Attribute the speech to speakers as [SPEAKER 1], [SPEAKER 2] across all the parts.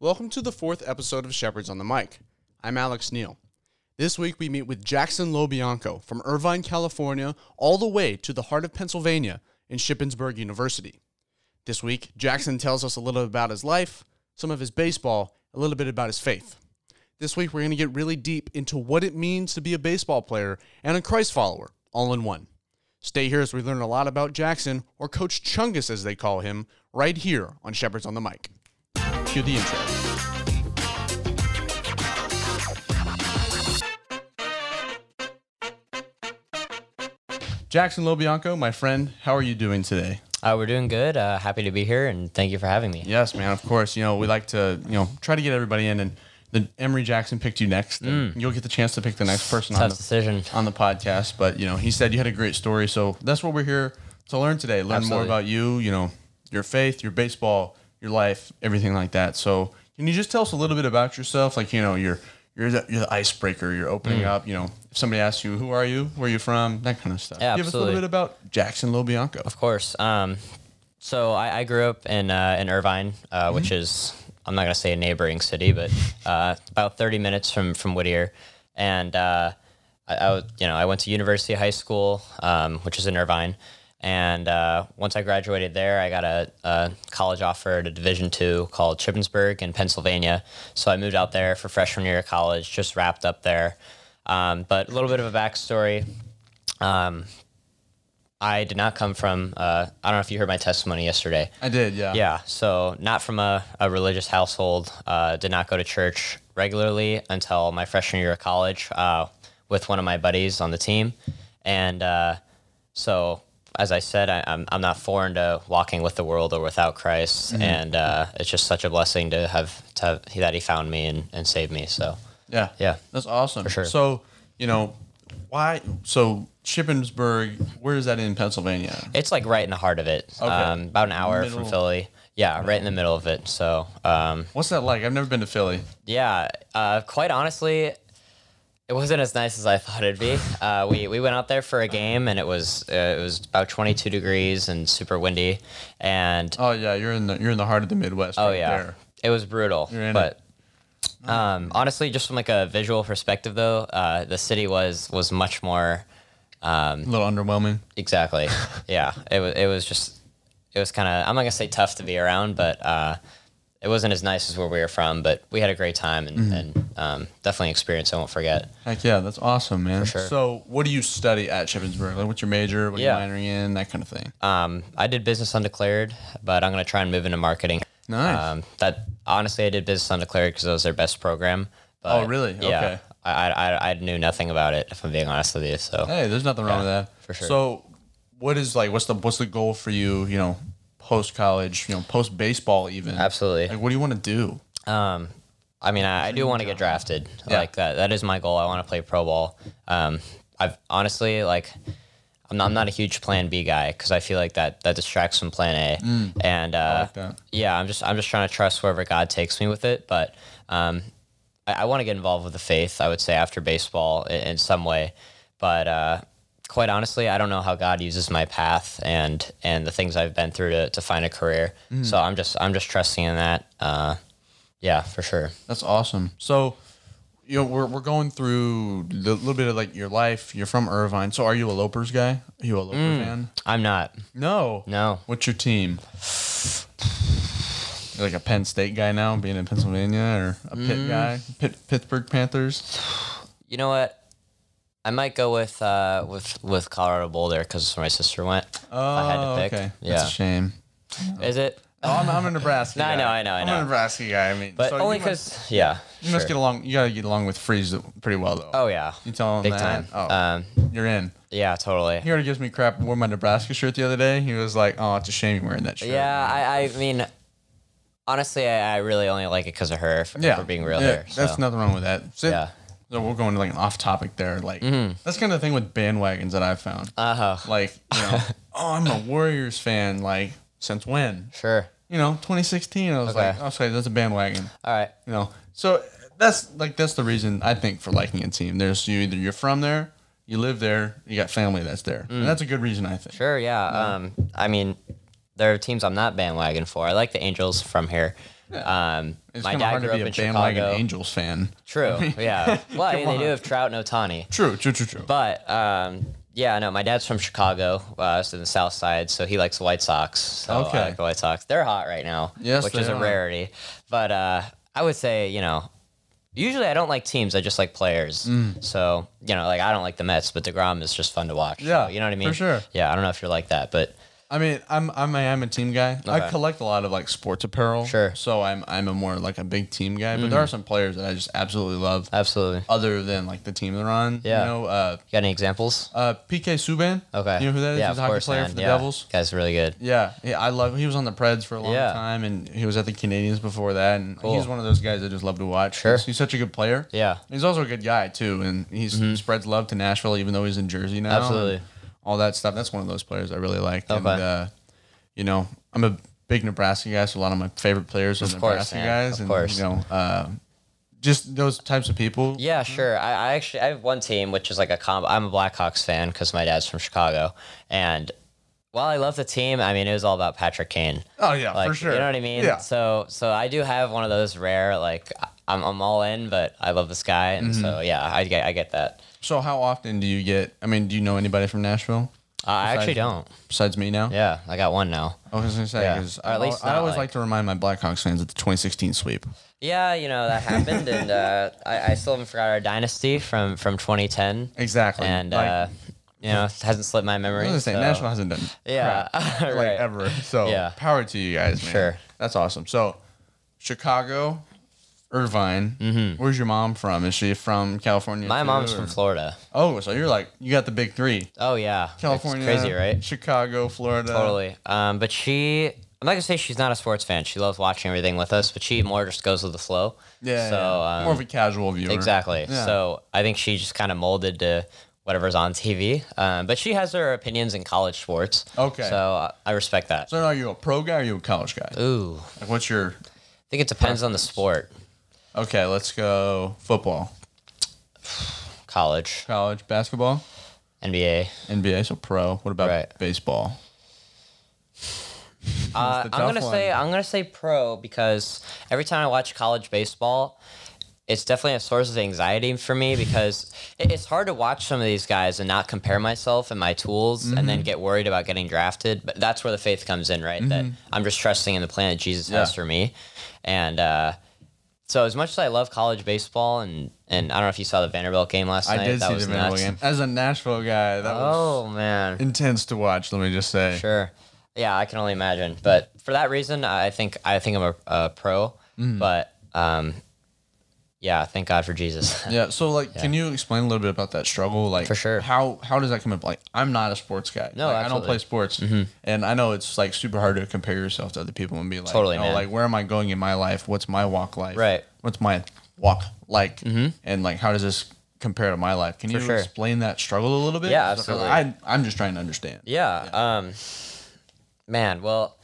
[SPEAKER 1] Welcome to the fourth episode of Shepherds on the Mic. I'm Alex Neal. This week we meet with Jackson Lobianco from Irvine, California, all the way to the heart of Pennsylvania in Shippensburg University. This week, Jackson tells us a little bit about his life, some of his baseball, a little bit about his faith. This week we're going to get really deep into what it means to be a baseball player and a Christ follower, all in one. Stay here as we learn a lot about Jackson, or Coach Chungus as they call him, right here on Shepherds on the Mic. Cue the intro. Jackson Lobianco, my friend, how are you doing today?
[SPEAKER 2] Uh, we're doing good. Uh, happy to be here, and thank you for having me.
[SPEAKER 1] Yes, man, of course. You know, we like to, you know, try to get everybody in and then Emery Jackson picked you next. And You'll get the chance Mm. to pick the next person on
[SPEAKER 2] Tough
[SPEAKER 1] the,
[SPEAKER 2] decision.
[SPEAKER 1] on the podcast. But you know, he said you had a great story, so that's what we're here to learn today. Learn more
[SPEAKER 2] Absolutely.
[SPEAKER 1] about you, you know, your faith, your baseball, your life, everything like that. So can you just tell us a little bit about yourself? Like you know, you're you're the, you're the icebreaker. You're opening up. You know, if somebody asks you who are you, where are you from, that kind of stuff.
[SPEAKER 2] Yeah,
[SPEAKER 1] Give us a little
[SPEAKER 2] absolutely.
[SPEAKER 1] bit about Jackson Lobianco.
[SPEAKER 2] Of course. Um, so I, I grew up in uh, in Irvine, uh, which is I'm not gonna say a neighboring city, but uh, about 30 minutes from from Whittier, and uh, I, I was- you know I went to University High School, um, which is in Irvine, and uh, once I graduated there, I got a, a college offer at a Division two called Chippensburg in Pennsylvania. So I moved out there for freshman year of college, just wrapped up there. Um, but a little bit of a backstory. I did not come from. Uh, I don't know if you heard my testimony yesterday.
[SPEAKER 1] I did, yeah.
[SPEAKER 2] Yeah, so not from a, a religious household. Uh, did not go to church regularly until my freshman year of college uh, with one of my buddies on the team, and uh, so as I said, I, I'm I'm not foreign to walking with the world or without Christ, and uh, it's just such a blessing to have to have, that He found me and, and saved me. So
[SPEAKER 1] Yeah.
[SPEAKER 2] Yeah.
[SPEAKER 1] That's awesome. For
[SPEAKER 2] sure.
[SPEAKER 1] So, you know, why so Shippensburg, where is that in Pennsylvania?
[SPEAKER 2] It's like right in the heart of it. Um, about an hour from
[SPEAKER 1] Middle.
[SPEAKER 2] Philly. Yeah, right in the middle of it. So, um,
[SPEAKER 1] What's that like? I've never been to Philly.
[SPEAKER 2] yeah, uh, quite honestly, it wasn't as nice as I thought it'd be. Uh, we, we went out there for a game and it was uh, it was about 22 degrees and super windy. And
[SPEAKER 1] Oh yeah, you're in the you're in the heart of the Midwest.
[SPEAKER 2] oh, yeah, it was brutal.
[SPEAKER 1] in
[SPEAKER 2] But um, honestly, just from like a visual perspective, though, uh, the city was was much more.
[SPEAKER 1] a little underwhelming.
[SPEAKER 2] Exactly. yeah. It was. It was just. It was kind of. I'm not gonna say tough to be around, but uh, it wasn't as nice as where we were from. But we had a great time and,
[SPEAKER 1] Mm-hmm.
[SPEAKER 2] and um, definitely an experience I won't forget.
[SPEAKER 1] Heck yeah, that's awesome, man.
[SPEAKER 2] sure.
[SPEAKER 1] So, what do you study at Shippensburg? Like, what's your major? What are
[SPEAKER 2] Yeah.
[SPEAKER 1] you minoring in? That kind of thing.
[SPEAKER 2] Um, I did business undeclared, but I'm gonna try and move into marketing.
[SPEAKER 1] Nice.
[SPEAKER 2] Um, that honestly, I did business undeclared because it was their best program. But
[SPEAKER 1] Oh, really?
[SPEAKER 2] Yeah.
[SPEAKER 1] Okay.
[SPEAKER 2] I, I I knew nothing about it if I'm being honest with you. So
[SPEAKER 1] hey, there's nothing wrong
[SPEAKER 2] yeah,
[SPEAKER 1] with that.
[SPEAKER 2] for sure.
[SPEAKER 1] So, what is like? What's the what's the goal for you? You know, post college. You know, post baseball even.
[SPEAKER 2] absolutely.
[SPEAKER 1] Like, what do you want to do?
[SPEAKER 2] I mean, I, I do want to get drafted.
[SPEAKER 1] Yeah.
[SPEAKER 2] Like that, that is my goal. I want to play pro ball. Um, I've honestly like, I'm not, I'm not a huge Plan B guy because I feel like that that distracts from Plan A. And uh,
[SPEAKER 1] Mm. that.
[SPEAKER 2] yeah, I'm just I'm just trying to trust wherever God takes me with it. But um, I, I want to get involved with the faith. I would say after baseball in, in some way. But uh, quite honestly, I don't know how God uses my path and and the things I've been through to, to find a career.
[SPEAKER 1] Mm.
[SPEAKER 2] So I'm just I'm just trusting in that. Uh, yeah, for sure.
[SPEAKER 1] That's awesome. So, you know, we're, we're going through a little bit of like your life. You're from Irvine. So, are you a Lopers guy? Are you a Loper fan?
[SPEAKER 2] I'm not.
[SPEAKER 1] No.
[SPEAKER 2] Mm. No.
[SPEAKER 1] What's your team? You're like a Penn State guy now, being in Pennsylvania, or a Pitt
[SPEAKER 2] Mm.
[SPEAKER 1] guy? Pitt, Pittsburgh Panthers?
[SPEAKER 2] You know what? I might go with uh, with with Colorado Boulder because my sister went.
[SPEAKER 1] Oh,
[SPEAKER 2] I had to pick.
[SPEAKER 1] okay. That's a
[SPEAKER 2] Yeah.
[SPEAKER 1] shame.
[SPEAKER 2] Is it?
[SPEAKER 1] Oh, I'm, I'm a Nebraska
[SPEAKER 2] No, I
[SPEAKER 1] guy.
[SPEAKER 2] know, I know, I
[SPEAKER 1] I'm
[SPEAKER 2] know.
[SPEAKER 1] a Nebraska guy. I mean,
[SPEAKER 2] But
[SPEAKER 1] so you
[SPEAKER 2] only 'cause only
[SPEAKER 1] must-
[SPEAKER 2] because yeah.
[SPEAKER 1] You must
[SPEAKER 2] sure.
[SPEAKER 1] get along. You gotta get along with Freeze pretty well, though.
[SPEAKER 2] Oh yeah.
[SPEAKER 1] you tell him
[SPEAKER 2] Big
[SPEAKER 1] that.
[SPEAKER 2] time.
[SPEAKER 1] Oh,
[SPEAKER 2] Um,
[SPEAKER 1] you're in.
[SPEAKER 2] yeah, totally.
[SPEAKER 1] He already gives me crap. Wore my Nebraska shirt the other day. He was like, "Oh, it's a shame you're wearing that shirt."
[SPEAKER 2] Yeah, I, I mean, honestly, I, I really only like it because of her. If, if we're being real
[SPEAKER 1] Yeah,
[SPEAKER 2] there.
[SPEAKER 1] That's
[SPEAKER 2] so.
[SPEAKER 1] nothing wrong with that. So,
[SPEAKER 2] Yeah. Mm-hmm.
[SPEAKER 1] So we're going to like an off topic there. Like that's kind of the thing with bandwagons that I've found.
[SPEAKER 2] Uh huh.
[SPEAKER 1] like, you know, oh, I'm a Warriors fan. Like since when?
[SPEAKER 2] Sure.
[SPEAKER 1] You know, 2016. I was
[SPEAKER 2] Okay.
[SPEAKER 1] like, oh, sorry, that's a bandwagon.
[SPEAKER 2] All right.
[SPEAKER 1] You know, so that's like that's the reason I think for liking a team. There's you either you're from there, you live there, you got family that's there.
[SPEAKER 2] Mm.
[SPEAKER 1] And that's a good reason I think.
[SPEAKER 2] Sure, yeah. Um, I mean, there are teams I'm not bandwagon for. I like the Angels from here, Um,
[SPEAKER 1] It's
[SPEAKER 2] my
[SPEAKER 1] kind of
[SPEAKER 2] dad
[SPEAKER 1] hard to
[SPEAKER 2] grew up
[SPEAKER 1] be a
[SPEAKER 2] in
[SPEAKER 1] bandwagon
[SPEAKER 2] Chicago.
[SPEAKER 1] Angels fan.
[SPEAKER 2] True. Yeah. Well,
[SPEAKER 1] Come
[SPEAKER 2] they do
[SPEAKER 1] on.
[SPEAKER 2] have Trout and Otani.
[SPEAKER 1] True, true, true, true.
[SPEAKER 2] But um, yeah, no, my dad's from Chicago, uh, so the South Side, so he likes the White Sox. So
[SPEAKER 1] Okay.
[SPEAKER 2] I like the White Sox. They're hot right now,
[SPEAKER 1] Yes,
[SPEAKER 2] which
[SPEAKER 1] they
[SPEAKER 2] is a
[SPEAKER 1] are.
[SPEAKER 2] rarity. But uh, I would say, you know, usually I don't like teams, I just like players.
[SPEAKER 1] Mm.
[SPEAKER 2] So, you know, like I don't like the Mets, but DeGrom is just fun to watch.
[SPEAKER 1] Yeah,
[SPEAKER 2] So, you know what I
[SPEAKER 1] for
[SPEAKER 2] mean?
[SPEAKER 1] sure.
[SPEAKER 2] Yeah, I don't know if you're like that, but
[SPEAKER 1] I mean, I'm I'm I am a team guy. I
[SPEAKER 2] Okay.
[SPEAKER 1] collect a lot of like sports apparel.
[SPEAKER 2] Sure. Mm-hmm.
[SPEAKER 1] So I'm I'm a more like a big team guy, but there are some players that I just absolutely love
[SPEAKER 2] absolutely. You
[SPEAKER 1] other than like the team they're on.
[SPEAKER 2] Yeah.
[SPEAKER 1] You know, uh
[SPEAKER 2] got any examples?
[SPEAKER 1] uh PK Subban.
[SPEAKER 2] Okay.
[SPEAKER 1] You know who that is?
[SPEAKER 2] Yeah,
[SPEAKER 1] He's a
[SPEAKER 2] of
[SPEAKER 1] hockey
[SPEAKER 2] course,
[SPEAKER 1] player
[SPEAKER 2] man.
[SPEAKER 1] for the
[SPEAKER 2] yeah.
[SPEAKER 1] Devils.
[SPEAKER 2] Guy's really good.
[SPEAKER 1] Yeah, yeah, I love. He was on the Preds for a long
[SPEAKER 2] Yeah.
[SPEAKER 1] time, and he was at the Canadians before that. And he's one of those guys I just love to watch.
[SPEAKER 2] Sure.
[SPEAKER 1] He's, he's such a good player.
[SPEAKER 2] Yeah.
[SPEAKER 1] he's also a good guy too, and he's spreads love to Nashville, even though he's in Jersey now.
[SPEAKER 2] Mm-hmm. Absolutely.
[SPEAKER 1] and all that stuff. That's one of those players I really like. And,
[SPEAKER 2] Okay.
[SPEAKER 1] uh, you know, I'm a big Nebraska guy, so a lot of my favorite players are
[SPEAKER 2] course,
[SPEAKER 1] Nebraska
[SPEAKER 2] man.
[SPEAKER 1] guys,
[SPEAKER 2] Of
[SPEAKER 1] and
[SPEAKER 2] course.
[SPEAKER 1] you know, uh, just those types of people.
[SPEAKER 2] Yeah, sure. I, I actually I have one team which is like a combo. I'm a Blackhawks fan because my dad's from Chicago, and while I love the team, I mean it was all about Patrick Kane.
[SPEAKER 1] Oh yeah,
[SPEAKER 2] Like,
[SPEAKER 1] for sure.
[SPEAKER 2] You know what I mean?
[SPEAKER 1] Yeah.
[SPEAKER 2] So so I do have one of those rare like I- I'm I'm all in, but I love this guy, and so
[SPEAKER 1] Mm-hmm.
[SPEAKER 2] yeah, I get I get that.
[SPEAKER 1] so how often do you get? I mean, do you know anybody from Nashville
[SPEAKER 2] Uh, I actually
[SPEAKER 1] Besides-
[SPEAKER 2] don't.
[SPEAKER 1] besides me now?
[SPEAKER 2] Yeah, I got one now.
[SPEAKER 1] I was gonna say
[SPEAKER 2] Yeah.
[SPEAKER 1] 'cause
[SPEAKER 2] Or
[SPEAKER 1] I
[SPEAKER 2] at
[SPEAKER 1] al-
[SPEAKER 2] least
[SPEAKER 1] I
[SPEAKER 2] not,
[SPEAKER 1] always like,
[SPEAKER 2] like-
[SPEAKER 1] to remind my Blackhawks fans of the 2016 sweep.
[SPEAKER 2] Yeah, you know that happened, and uh, I, I still haven't forgot our dynasty from from 2010,
[SPEAKER 1] Exactly,
[SPEAKER 2] and
[SPEAKER 1] Like,
[SPEAKER 2] uh, you know it hasn't slipped my memory.
[SPEAKER 1] I was gonna say
[SPEAKER 2] so-
[SPEAKER 1] Nashville hasn't done
[SPEAKER 2] Yeah,
[SPEAKER 1] crap, like
[SPEAKER 2] right.
[SPEAKER 1] ever. So
[SPEAKER 2] Yeah.
[SPEAKER 1] power to you guys, man.
[SPEAKER 2] Sure.
[SPEAKER 1] that's awesome. So Chicago, Irvine. Where's your mom from? Is she from California?
[SPEAKER 2] Mm-hmm. My
[SPEAKER 1] too,
[SPEAKER 2] mom's
[SPEAKER 1] or-
[SPEAKER 2] from Florida.
[SPEAKER 1] Oh, so you're like you got the big three:
[SPEAKER 2] Oh yeah,
[SPEAKER 1] California,
[SPEAKER 2] It's crazy, right?
[SPEAKER 1] Chicago, Florida.
[SPEAKER 2] Totally. Um, but she, I'm not gonna say she's not a sports fan. She loves watching everything with us, but she more just goes with the flow.
[SPEAKER 1] Yeah.
[SPEAKER 2] So
[SPEAKER 1] yeah.
[SPEAKER 2] um,
[SPEAKER 1] more of a casual viewer.
[SPEAKER 2] exactly.
[SPEAKER 1] Yeah.
[SPEAKER 2] So I think she just kind of molded to whatever's on TV. Um, but she has her opinions in college sports.
[SPEAKER 1] Okay.
[SPEAKER 2] So I, I respect that.
[SPEAKER 1] So are you a pro guy or are you a college guy?
[SPEAKER 2] Ooh,
[SPEAKER 1] Like, what's your?
[SPEAKER 2] I think it depends on the sport.
[SPEAKER 1] Okay, let's go football,
[SPEAKER 2] College,
[SPEAKER 1] college basketball.
[SPEAKER 2] NBA.
[SPEAKER 1] NBA, so pro. What about
[SPEAKER 2] Right.
[SPEAKER 1] baseball?
[SPEAKER 2] Uh,
[SPEAKER 1] the
[SPEAKER 2] I'm
[SPEAKER 1] tough
[SPEAKER 2] gonna say
[SPEAKER 1] one.
[SPEAKER 2] I'm gonna say pro because every time I watch college baseball, it's definitely a source of anxiety for me because it- it's hard to watch some of these guys and not compare myself and my tools and
[SPEAKER 1] Mm-hmm.
[SPEAKER 2] then get worried about getting drafted. But that's where the faith comes in, right? That I'm just trusting in the plan that Jesus has
[SPEAKER 1] Mm-hmm. Yeah.
[SPEAKER 2] for me, and uh, so as much as I love college baseball and and I don't know if you saw the Vanderbilt game last night,
[SPEAKER 1] I did
[SPEAKER 2] that
[SPEAKER 1] see
[SPEAKER 2] was
[SPEAKER 1] the Vanderbilt
[SPEAKER 2] nuts.
[SPEAKER 1] game. As a Nashville guy, that was
[SPEAKER 2] Oh man,
[SPEAKER 1] intense to watch. Let me just say.
[SPEAKER 2] Sure. Yeah, I can only imagine. But for that reason, I think I think I'm a, a pro. But um, yeah, thank God for Jesus.
[SPEAKER 1] Yeah. So, like, can you explain a little bit about that struggle? Like,
[SPEAKER 2] For sure.
[SPEAKER 1] How how does that come up? Like, I'm not a sports guy.
[SPEAKER 2] No,
[SPEAKER 1] Like, I don't
[SPEAKER 2] absolutely. Mm-hmm.
[SPEAKER 1] play sports, and I know it's like super hard to compare yourself to other people and be like,
[SPEAKER 2] Totally,
[SPEAKER 1] oh,
[SPEAKER 2] man.
[SPEAKER 1] like where am I going in my life? What's my walk like?
[SPEAKER 2] Right. Mm-hmm.
[SPEAKER 1] What's my walk like? And like, how does this compare to my life? Can you
[SPEAKER 2] sure.
[SPEAKER 1] explain that struggle a little bit?
[SPEAKER 2] Yeah,
[SPEAKER 1] 'Cause
[SPEAKER 2] absolutely.
[SPEAKER 1] I, I'm just trying to understand.
[SPEAKER 2] yeah. Um, man, well,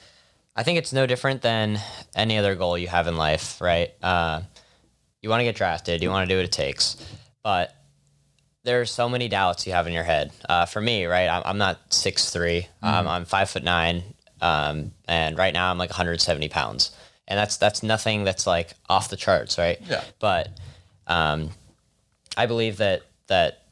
[SPEAKER 2] I think it's no different than any other goal you have in life, right? Uh, you want to get drafted, you want to do what it takes, but there's so many doubts you have in your head. Uh, for me, right, I'm, I'm not six um, I'm five foot nine, um, and right now I'm like 170 pounds, and that's that's nothing that's like off the charts, right?
[SPEAKER 1] Yeah.
[SPEAKER 2] But um, I believe that that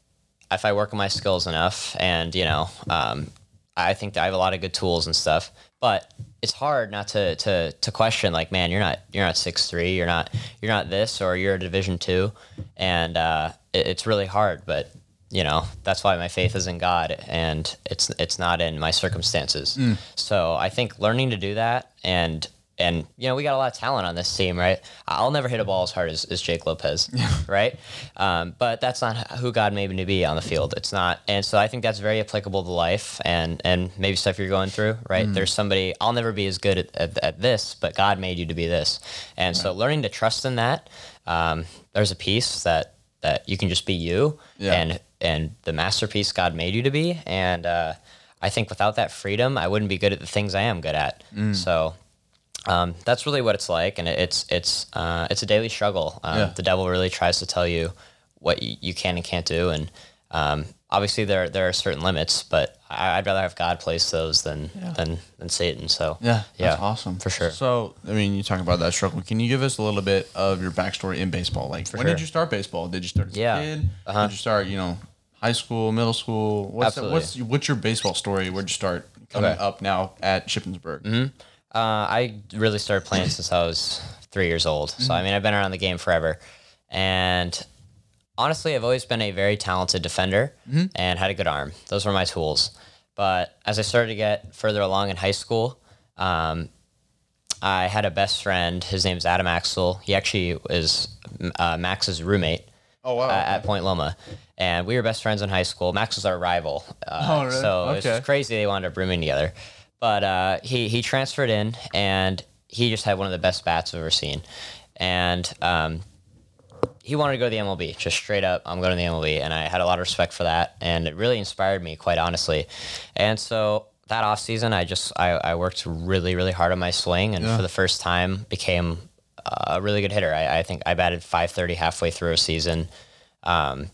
[SPEAKER 2] if I work on my skills enough, and you know, um, I think that I have a lot of good tools and stuff, but it's hard not to to to question like, man, you're not you're not six three, you're not you're not this, or you're a Division two, and uh, it, it's really hard, but. You know that's why my faith is in God, and it's it's not in my circumstances. So I think learning to do that, and and you know we got a lot of talent on this team, right? I'll never hit a ball as hard as, as Jake Lopez, right? Um, but that's not who God made me to be on the field. It's not, and so I think that's very applicable to life and and maybe stuff you're going through, right? There's somebody I'll never be as good at, at, at this, but God made you to be this, and so learning to trust in that. Um, there's a piece that that you can just be you
[SPEAKER 1] Yeah.
[SPEAKER 2] and and the masterpiece God made you to be, and uh, I think without that freedom, I wouldn't be good at the things I am good at. So um, that's really what it's like, and it- it's it's uh, it's a daily struggle. Um,
[SPEAKER 1] Yeah.
[SPEAKER 2] The devil really tries to tell you what you, you can and can't do, and Um, obviously, there there are certain limits, but I, I'd rather have God place those than than than Satan. So
[SPEAKER 1] Yeah,
[SPEAKER 2] yeah,
[SPEAKER 1] that's awesome
[SPEAKER 2] for sure.
[SPEAKER 1] So, I mean, you talk about that struggle. Can you give us a little bit of your backstory in baseball? Like, when
[SPEAKER 2] sure.
[SPEAKER 1] did you start baseball? Did you start as
[SPEAKER 2] Yeah. uh-huh.
[SPEAKER 1] a kid? Did you start, you know, high school, middle school? What's
[SPEAKER 2] Absolutely.
[SPEAKER 1] what's what's your baseball story? Where'd you start coming
[SPEAKER 2] Okay.
[SPEAKER 1] up now at Shippensburg?
[SPEAKER 2] Uh, I really started playing since I was three years old. So I mean, I've been around the game forever, and honestly, I've always been a very talented defender and had a good arm. Those were my tools. But as I started to get further along in high school, um, I had a best friend. His name's Adam Axel. He actually is uh, Max's roommate
[SPEAKER 1] Oh, wow.
[SPEAKER 2] uh, at Point Loma, and we were best friends in high school. Max was our rival, uh,
[SPEAKER 1] Oh, really?
[SPEAKER 2] so it's
[SPEAKER 1] Okay.
[SPEAKER 2] crazy they wound up rooming together. But uh, he he transferred in, and he just had one of the best bats I've ever seen, and um, he wanted to go to the MLB, just straight up. I'm going to the MLB, and I had a lot of respect for that, and it really inspired me, quite honestly. And so that off season, I just I, I worked really really hard on my swing, and for the first time became a really good hitter. I, I think I batted 530 halfway through a season, um,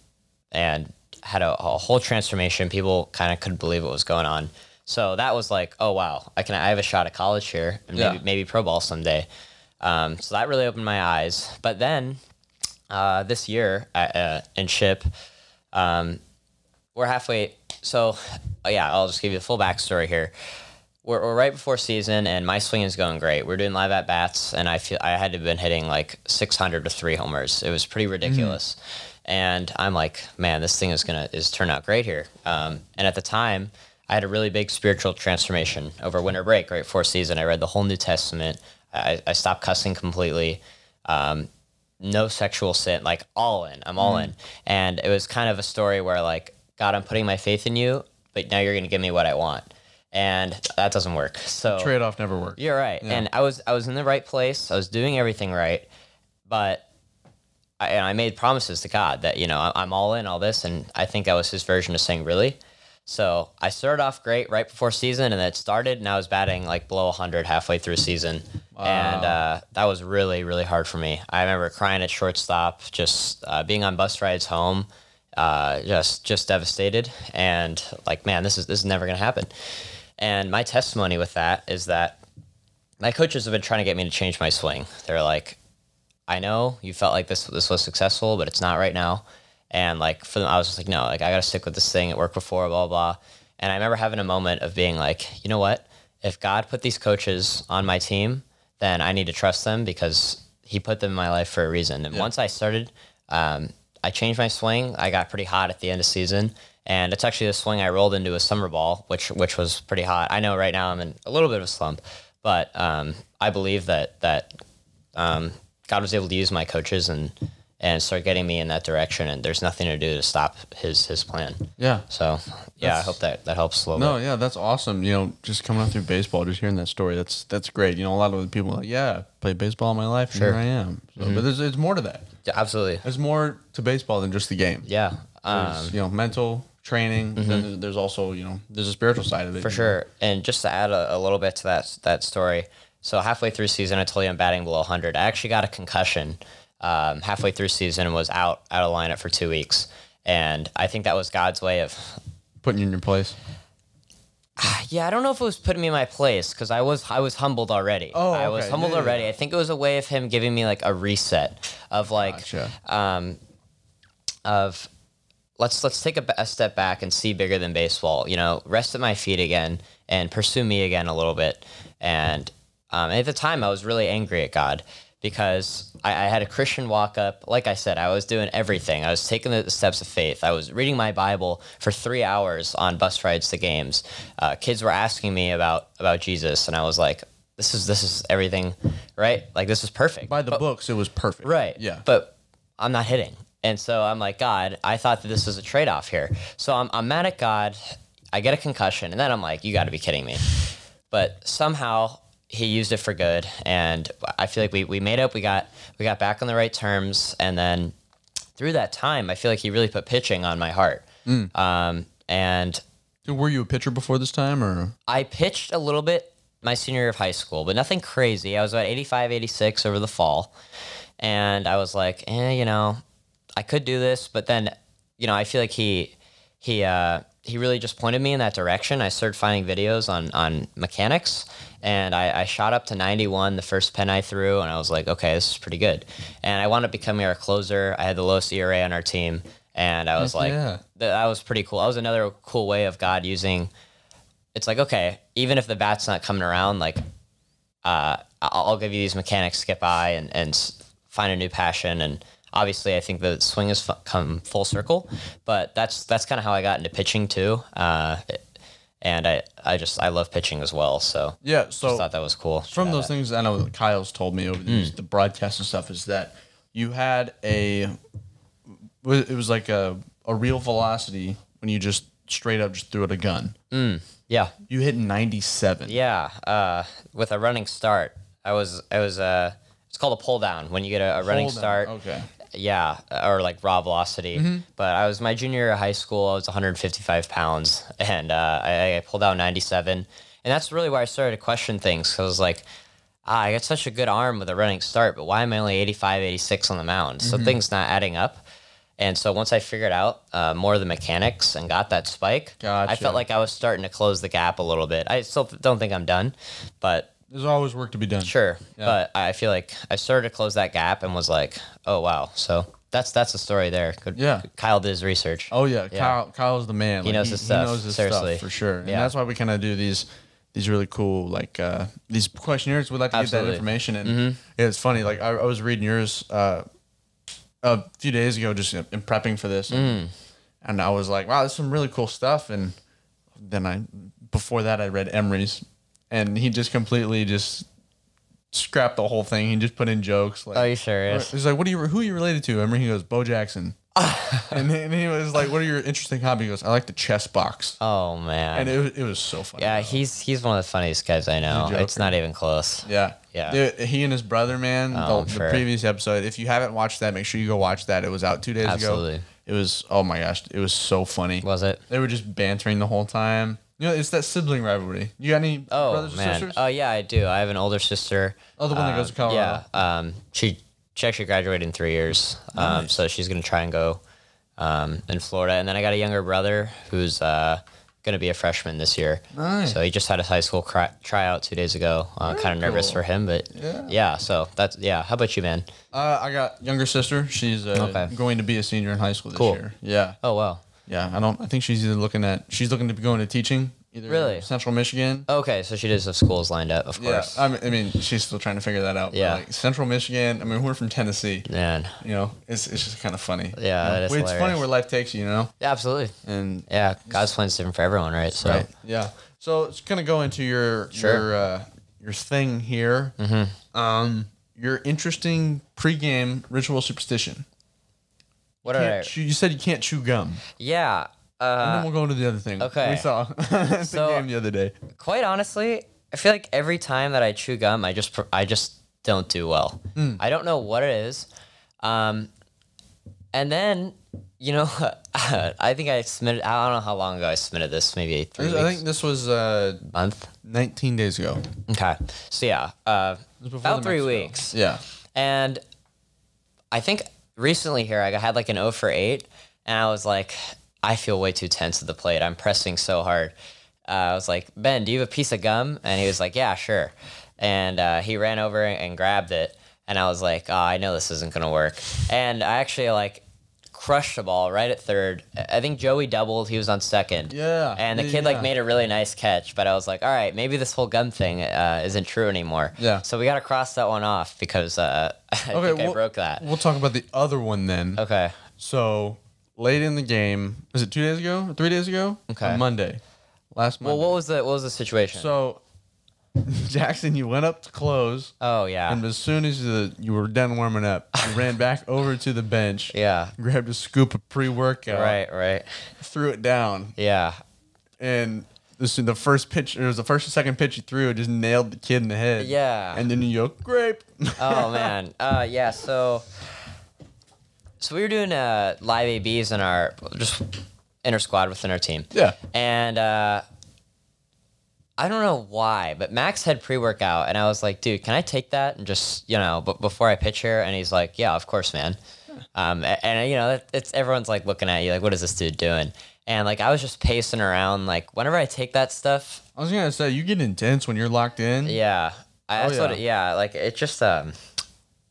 [SPEAKER 2] and had a, a whole transformation. People kind of couldn't believe what was going on. So that was like, oh wow, I can I have a shot at college here, and maybe
[SPEAKER 1] Yeah.
[SPEAKER 2] maybe pro ball someday. Um, so that really opened my eyes. But then uh, this year at, uh, in ship. Um, we're halfway. So, uh, yeah, I'll just give you the full backstory here. We're, we're right before season, and my swing is going great. We're doing live at bats, and I feel I had to have been hitting like 600 to three homers. It was pretty ridiculous, and I'm like, man, this thing is gonna is turn out great here. Um, and at the time, I had a really big spiritual transformation over winter break, right before season. I read the whole New Testament. I, I stopped cussing completely no sexual sin, like all in. I'm all in. And it was kind of a story where like, God, I'm putting my faith in you, but now you're gonna give me what I want. And that doesn't work. So
[SPEAKER 1] Trade off never worked.
[SPEAKER 2] you're right. And I was I was in the right place. I was doing everything right, but I, and I made promises to God that you know I- I'm all in all this, and I think I was His version of saying really. So I started off great right before season, and then it started, and I was batting like below 100 halfway through season, and uh, that was really really hard for me. I remember crying at shortstop, just uh, being on bus rides home, uh, just just devastated, and like man, this is this is never gonna happen. And my testimony with that is that my coaches have been trying to get me to change my swing. They're like, I know you felt like this this was successful, but it's not right now. And like for them, I was just like, no, like I gotta stick with this thing. It worked before, blah blah. blah. And I remember having a moment of being like, you know what? If God put these coaches on my team, then I need to trust them because He put them in my life for a reason. And once I started, um, I changed my swing. I got pretty hot at the end of season, and it's actually the swing I rolled into a summer ball, which which was pretty hot. I know right now I'm in a little bit of a slump, but um, I believe that that um, God was able to use my coaches and and start getting me in that direction. And there's nothing to do to stop his his plan.
[SPEAKER 1] Yeah.
[SPEAKER 2] So yeah, I hope that that helps a little
[SPEAKER 1] No,
[SPEAKER 2] bit.
[SPEAKER 1] yeah, that's awesome. You know, just coming out through baseball, just hearing that story, that's that's great. You know, a lot of the people are like, yeah, play baseball all my life, and
[SPEAKER 2] Sure. Mm-hmm.
[SPEAKER 1] here I am. So, But there's, there's more to that.
[SPEAKER 2] Yeah, Absolutely.
[SPEAKER 1] There's more to baseball than just the game.
[SPEAKER 2] Yeah. Um, Mm-hmm.
[SPEAKER 1] There's, you know, mental training. Then there's- there's also you know, there's a spiritual side of it
[SPEAKER 2] for sure. And just to add a, a little bit to that that story, so halfway through season, I told you I'm batting below 100. I actually got a concussion um, halfway through season and was out out of lineup for two weeks. And I think that was God's way of,
[SPEAKER 1] Putting you in your place.
[SPEAKER 2] yeah. I don't know if it was putting me in my place because I was I was humbled already.
[SPEAKER 1] Oh,
[SPEAKER 2] I was
[SPEAKER 1] okay.
[SPEAKER 2] humbled
[SPEAKER 1] Yeah, yeah,
[SPEAKER 2] already. I think it was a way of Him giving me like a reset of like,
[SPEAKER 1] Gotcha.
[SPEAKER 2] of let's let's take a, ba- a step back and see bigger than baseball. You know, rest at my feet again and pursue me again a little bit. And um, at the time, I was really angry at God because I, I had a Christian walk up. Like I said, I was doing everything. I was taking the steps of faith. I was reading my Bible for three hours on bus rides to games. Uh, kids were asking me about about Jesus, and I was like. This is this is everything, right? Like this is perfect.
[SPEAKER 1] By the books, it was perfect.
[SPEAKER 2] Uh, Right.
[SPEAKER 1] Yeah.
[SPEAKER 2] But I'm not hitting. And so I'm like, God, I thought that this was a trade off here. So I'm, I'm mad at God. I get a concussion. And then I'm like, you got to be kidding me. But somehow he used it for good. And I feel like we, we made up. We got, we got back on the right terms. And then through that time, I feel like he really put pitching on my heart.
[SPEAKER 1] Mm.
[SPEAKER 2] Um, and
[SPEAKER 1] So were you a pitcher before this time, or
[SPEAKER 2] I pitched a little bit my senior year of high school, but nothing crazy. I was about 85, 86 over the fall. And I was like, eh, you know, I could do this. But then, you know, I feel like he, he uh, he really just pointed me in that direction. I started finding videos on on mechanics, and I, I shot up to 91 the first pin I threw, and I was like, okay, this is pretty good. And I wound up becoming our closer. I had the lowest ERA on our team, and I was like,
[SPEAKER 1] yeah.
[SPEAKER 2] th- that was pretty cool. That was another cool way of God using. It's like okay, even if the bat's not coming around, like uh, I- I'll give you these mechanics, skip by and, and s- find a new passion. And obviously, I think the swing has fu- come full circle, but that's that's kind of how I got into pitching too. Uh, it- and I, I just I love pitching as well, so
[SPEAKER 1] Yeah.
[SPEAKER 2] I
[SPEAKER 1] So
[SPEAKER 2] thought that Mm. was cool.
[SPEAKER 1] from those things I know that Kyle's told me over the, years, the broadcast and stuff is that you had a wa- it was like a a real velocity when you just straight up just threw at a gun.
[SPEAKER 2] yeah,
[SPEAKER 1] You hit 97.
[SPEAKER 2] yeah. Uh, with a running start, I was I was uh, it's called a pull down when you get a, a running
[SPEAKER 1] Hold on.
[SPEAKER 2] start.
[SPEAKER 1] Okay.
[SPEAKER 2] Yeah, or like raw velocity. But I was my junior year of high school. I was 155 pounds, and uh, I, I pulled out 97. And that's really where I started to question things. 'cause I was like, ah, I got such a good arm with a running start, but why am I only 85, 86 on the mound? So things not adding up. And so once I figured out uh, more of the mechanics and got that spike, I
[SPEAKER 1] Gotcha.
[SPEAKER 2] felt like I was starting to close the gap a little bit. I still don't think I'm done, but
[SPEAKER 1] There's always work to be done.
[SPEAKER 2] Sure, but I feel like I started to close that gap and was like, "Oh wow!" So that's that's the story there. Good,
[SPEAKER 1] Yeah.
[SPEAKER 2] Kyle did his research.
[SPEAKER 1] Oh yeah, Kyle. Kyle's the man. He
[SPEAKER 2] knows his stuff, seriously.
[SPEAKER 1] for sure. And
[SPEAKER 2] Yeah.
[SPEAKER 1] that's why we kind of do these these really cool like uh, these questionnaires. We like to get
[SPEAKER 2] Absolutely. Mm-hmm.
[SPEAKER 1] that information, and it's funny. Like I, I was reading yours uh, a few days ago, just in, in prepping for this,
[SPEAKER 2] Mm.
[SPEAKER 1] and I was like, wow, this is some really cool stuff. And then I before that I read Emery's, and he just completely just scrapped the whole thing. He just put in jokes like,
[SPEAKER 2] Are you serious?
[SPEAKER 1] He's like, "What are you? Who are you related to?" Emery. He goes, "Bo Jackson." and, then, and he was like, "What are your interesting hobbies?" He goes, "I like the chess box."
[SPEAKER 2] Oh
[SPEAKER 1] And
[SPEAKER 2] man,
[SPEAKER 1] it, was- it was so funny.
[SPEAKER 2] yeah, he's he's one of the funniest guys I know.
[SPEAKER 1] joker.
[SPEAKER 2] It's not even close.
[SPEAKER 1] yeah,
[SPEAKER 2] Yeah.
[SPEAKER 1] Dude, he and his brother, man. the-
[SPEAKER 2] Oh, I'm
[SPEAKER 1] the,
[SPEAKER 2] sure.
[SPEAKER 1] previous episode. If you haven't watched that, make sure you go watch that. It was out two days
[SPEAKER 2] Absolutely.
[SPEAKER 1] ago. It was. Oh my gosh, it was so funny.
[SPEAKER 2] Was it?
[SPEAKER 1] They were just bantering the whole time. You know, it's that sibling rivalry. You got any
[SPEAKER 2] Oh
[SPEAKER 1] brothers or
[SPEAKER 2] man.
[SPEAKER 1] sisters?
[SPEAKER 2] Oh yeah, I do. I have an older sister.
[SPEAKER 1] Oh, the one that goes to Colorado.
[SPEAKER 2] Yeah. Um, she she actually graduated in three years. Um, so she's gonna try and go, um, in Florida. And then I got a younger brother who's uh gonna be a freshman this year.
[SPEAKER 1] Nice.
[SPEAKER 2] So he just had his high school cry- tryout two days ago. I'm kind of nervous for him, but yeah. So that's yeah. How about you, man?
[SPEAKER 1] Uh, I got younger sister. She's uh,
[SPEAKER 2] Okay.
[SPEAKER 1] going to be a senior in high school this
[SPEAKER 2] Cool.
[SPEAKER 1] year. Yeah.
[SPEAKER 2] Oh wow.
[SPEAKER 1] Yeah, I don't. I think she's either looking at she's looking to be going to teaching either
[SPEAKER 2] Really?
[SPEAKER 1] Central Michigan.
[SPEAKER 2] Okay, so she does have schools lined up, of
[SPEAKER 1] yeah,
[SPEAKER 2] course.
[SPEAKER 1] I mean, I mean, she's still trying to figure that out. but,
[SPEAKER 2] Yeah.
[SPEAKER 1] like Central Michigan. I mean, we're from Tennessee.
[SPEAKER 2] man.
[SPEAKER 1] You know, it's it's just kind of funny.
[SPEAKER 2] Yeah,
[SPEAKER 1] You know,
[SPEAKER 2] that is
[SPEAKER 1] it's funny
[SPEAKER 2] hilarious.
[SPEAKER 1] where life takes you. You know,
[SPEAKER 2] Yeah, absolutely.
[SPEAKER 1] and
[SPEAKER 2] Yeah, God's plan's different for everyone, right? So
[SPEAKER 1] right, yeah. So it's gonna go into your your uh, your thing here.
[SPEAKER 2] Mm-hmm.
[SPEAKER 1] Um, your interesting pregame ritual superstition.
[SPEAKER 2] what
[SPEAKER 1] Can't
[SPEAKER 2] are
[SPEAKER 1] chew- you said you can't chew gum.
[SPEAKER 2] yeah. Uh,
[SPEAKER 1] and then we'll go into the other thing.
[SPEAKER 2] okay.
[SPEAKER 1] we saw the
[SPEAKER 2] So-
[SPEAKER 1] game the other day.
[SPEAKER 2] quite honestly, I feel like every time that I chew gum, I just pr- I just don't do well.
[SPEAKER 1] Hmm.
[SPEAKER 2] I don't know what it is. Um, and then you know, I think I submitted. I don't know how long ago I submitted this. Maybe three
[SPEAKER 1] I
[SPEAKER 2] weeks,
[SPEAKER 1] think this was uh,
[SPEAKER 2] month.
[SPEAKER 1] 19 days ago.
[SPEAKER 2] Okay, so yeah, uh,
[SPEAKER 1] before
[SPEAKER 2] about
[SPEAKER 1] the
[SPEAKER 2] three
[SPEAKER 1] Mexico.
[SPEAKER 2] weeks.
[SPEAKER 1] Yeah.
[SPEAKER 2] And I think recently here I had like an 0 for 8 and I was like, I feel way too tense at the plate. I'm pressing so hard. Uh, I was like, Ben, do you have a piece of gum? And he was like, Yeah, sure. And uh, he ran over and grabbed it. And I was like, oh, I know this isn't going to work. And I actually like crushed the ball right at third. I I think Joey doubled. He was on second.
[SPEAKER 1] Yeah.
[SPEAKER 2] And the
[SPEAKER 1] Yeah,
[SPEAKER 2] kid like
[SPEAKER 1] yeah.
[SPEAKER 2] made a really nice catch, but I was like, all right, maybe this whole gum thing uh, isn't true anymore.
[SPEAKER 1] Yeah.
[SPEAKER 2] So we got to cross that one off because uh, I
[SPEAKER 1] Okay,
[SPEAKER 2] think I
[SPEAKER 1] we'll-
[SPEAKER 2] broke that.
[SPEAKER 1] We'll talk about the other one then.
[SPEAKER 2] Okay.
[SPEAKER 1] So late in the game, was it two days ago? Or three days ago?
[SPEAKER 2] Okay.
[SPEAKER 1] On Monday. Last Monday.
[SPEAKER 2] Well, what was the what was the situation?
[SPEAKER 1] so Jackson, you went up to close,
[SPEAKER 2] oh yeah,
[SPEAKER 1] and as soon as the, you were done warming up, you ran back over to the bench.
[SPEAKER 2] yeah,
[SPEAKER 1] Grabbed a scoop of pre-workout,
[SPEAKER 2] right, right,
[SPEAKER 1] threw it down,
[SPEAKER 2] yeah.
[SPEAKER 1] and this the first pitch. It was the first and second pitch you threw. It just nailed the kid in the head.
[SPEAKER 2] Yeah.
[SPEAKER 1] and then you go grape.
[SPEAKER 2] Oh man, uh, yeah. So, so we were doing uh, live ABs in our just inner squad within our team.
[SPEAKER 1] Yeah.
[SPEAKER 2] And uh, I don't know why, but Max had pre workout, and I was like, dude, can I take that and just, you know, b- before I pitch here? And he's like, yeah, of course, man. Um, a- and, you know, it- it's everyone's like looking at you, like, what is this dude doing? And like I was just pacing around. Like whenever I take that stuff,
[SPEAKER 1] I was gonna say you get intense when you're locked in.
[SPEAKER 2] Yeah. I,
[SPEAKER 1] Oh,
[SPEAKER 2] that's what
[SPEAKER 1] yeah.
[SPEAKER 2] it, yeah, like it just um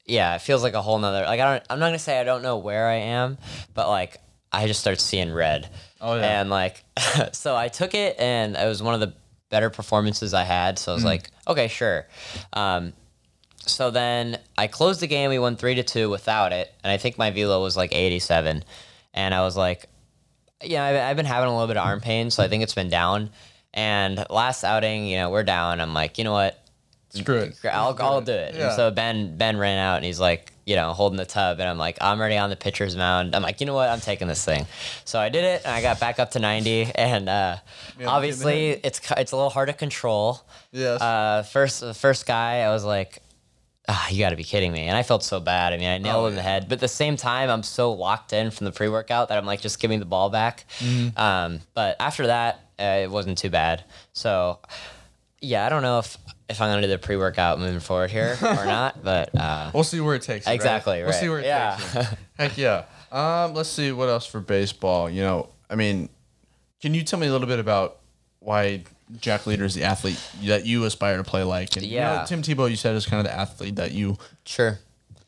[SPEAKER 2] yeah, it feels like a whole nother like I don't I'm not gonna say I don't know where I am, but like I just start seeing red.
[SPEAKER 1] Oh, yeah.
[SPEAKER 2] And like so I took it and it was one of the better performances I had, so I was
[SPEAKER 1] Hmm.
[SPEAKER 2] like, okay, sure. Um so then I closed the game, we won three to two without it, and I think my velo was like eighty seven. And I was like, yeah, I've, I've been having a little bit of arm pain, so I think it's been down. And last outing, you know, we're down. I'm like, you know what?
[SPEAKER 1] Screw it.
[SPEAKER 2] I'll, I'll do it.
[SPEAKER 1] Yeah.
[SPEAKER 2] And so Ben Ben ran out and he's like, you know, holding the tub, and I'm like, I'm already on the pitcher's mound. I'm like, you know what? I'm taking this thing. So I did it, and I got back up to 90. And uh,
[SPEAKER 1] Yeah,
[SPEAKER 2] obviously, it's cu- it's a little hard to control.
[SPEAKER 1] Yes.
[SPEAKER 2] Uh, first the first guy, I was like. Ah, you got to be kidding me! And I felt so bad. I mean,
[SPEAKER 1] Oh,
[SPEAKER 2] I nailed him in the head, but at the same time, I'm so locked in from the pre-workout that I'm like, just give me the ball back.
[SPEAKER 1] Mm-hmm.
[SPEAKER 2] Um, but after that, uh, it wasn't too bad. So yeah, I don't know if if I'm gonna do the pre workout moving forward here or not, but uh,
[SPEAKER 1] we'll see where it takes. you,
[SPEAKER 2] Exactly,
[SPEAKER 1] We'll see
[SPEAKER 2] right.
[SPEAKER 1] where it
[SPEAKER 2] Yeah.
[SPEAKER 1] takes. You. Heck yeah. Um, let's see what else for baseball. You know, I mean, can you tell me a little bit about why Jack Leader is the athlete that you aspire to play like? And, you know,
[SPEAKER 2] Yeah.
[SPEAKER 1] Tim Tebow, you said is kind of the athlete that you
[SPEAKER 2] sure.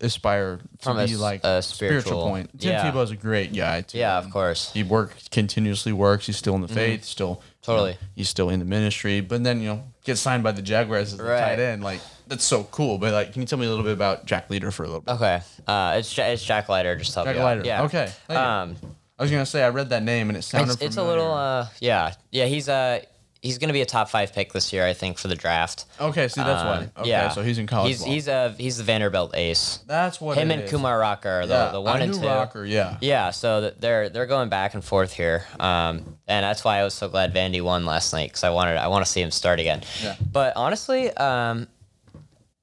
[SPEAKER 1] aspire to
[SPEAKER 2] From a
[SPEAKER 1] be
[SPEAKER 2] s-
[SPEAKER 1] like
[SPEAKER 2] a spiritual-
[SPEAKER 1] point. Tim
[SPEAKER 2] yeah.
[SPEAKER 1] Tebow's a great guy. Too.
[SPEAKER 2] Yeah, of course.
[SPEAKER 1] He works continuously works. He's still in the faith. Still
[SPEAKER 2] Mm-hmm. Totally.
[SPEAKER 1] you know, he's still in the ministry. But then you know gets signed by the Jaguars as
[SPEAKER 2] Right.
[SPEAKER 1] a tight end. Like that's so cool. But like, can you tell me a little bit about Jack Leader for a little bit?
[SPEAKER 2] Okay. Uh, it's Ja- it's Jack Leiter. Just help
[SPEAKER 1] Jack
[SPEAKER 2] you out.
[SPEAKER 1] Leiter.
[SPEAKER 2] Yeah.
[SPEAKER 1] Okay. Thank you.
[SPEAKER 2] Um,
[SPEAKER 1] I was gonna say I read that name and it sounded.
[SPEAKER 2] it's, it's a little.
[SPEAKER 1] familiar.
[SPEAKER 2] Uh, yeah. Yeah. He's uh he's gonna be a top five pick this year, I think, for the draft.
[SPEAKER 1] okay, see that's
[SPEAKER 2] Um,
[SPEAKER 1] why. Okay,
[SPEAKER 2] yeah.
[SPEAKER 1] so he's in college.
[SPEAKER 2] He's
[SPEAKER 1] ball.
[SPEAKER 2] he's a he's the Vanderbilt ace.
[SPEAKER 1] that's what
[SPEAKER 2] Him
[SPEAKER 1] it
[SPEAKER 2] and
[SPEAKER 1] is.
[SPEAKER 2] Kumar Rocker are the,
[SPEAKER 1] Yeah,
[SPEAKER 2] the one
[SPEAKER 1] I
[SPEAKER 2] and
[SPEAKER 1] knew
[SPEAKER 2] two.
[SPEAKER 1] Rocker, yeah.
[SPEAKER 2] Yeah, so th- they're they're going back and forth here, um, and that's why I was so glad Vandy won last night because I wanted I want to see him start again.
[SPEAKER 1] Yeah.
[SPEAKER 2] But honestly, um,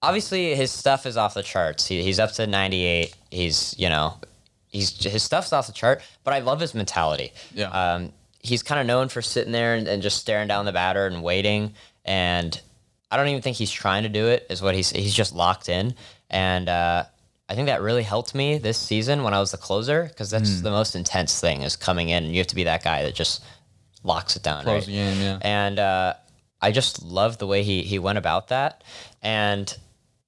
[SPEAKER 2] obviously his stuff is off the charts. He, he's up to ninety eight. He's you know, he's his stuff's off the chart. But I love his mentality.
[SPEAKER 1] Yeah.
[SPEAKER 2] Um, he's kind of known for sitting there and, and just staring down the batter and waiting. And I don't even think he's trying to do it. Is what he's he's just locked in. And uh, I think that really helped me this season when I was the closer because that's the most intense thing is coming in and you have to be that guy that just locks it down.
[SPEAKER 1] Close
[SPEAKER 2] right?
[SPEAKER 1] the game, yeah.
[SPEAKER 2] and uh, I just love the way he he went about that. And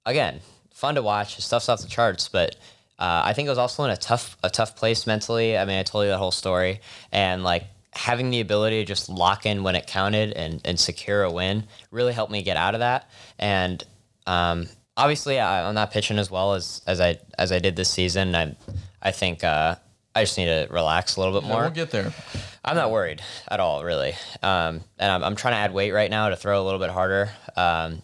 [SPEAKER 2] again, fun to watch. His stuff's off the charts, but uh, I think it was also in a tough a tough place mentally. I mean, I told you that whole story, and like having the ability to just lock in when it counted and and secure a win really helped me get out of that. And um, obviously, I, I'm not pitching as well as as I as I did this season. I I think. Uh, I just need to relax a little bit
[SPEAKER 1] Yeah,
[SPEAKER 2] more.
[SPEAKER 1] we'll get there.
[SPEAKER 2] I'm not worried at all, really. Um, and I'm, I'm trying to add weight right now to throw a little bit harder, um,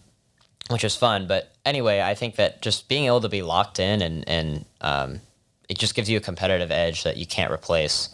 [SPEAKER 2] which is fun. But anyway, I think that just being able to be locked in and, and um, it just gives you a competitive edge that you can't replace.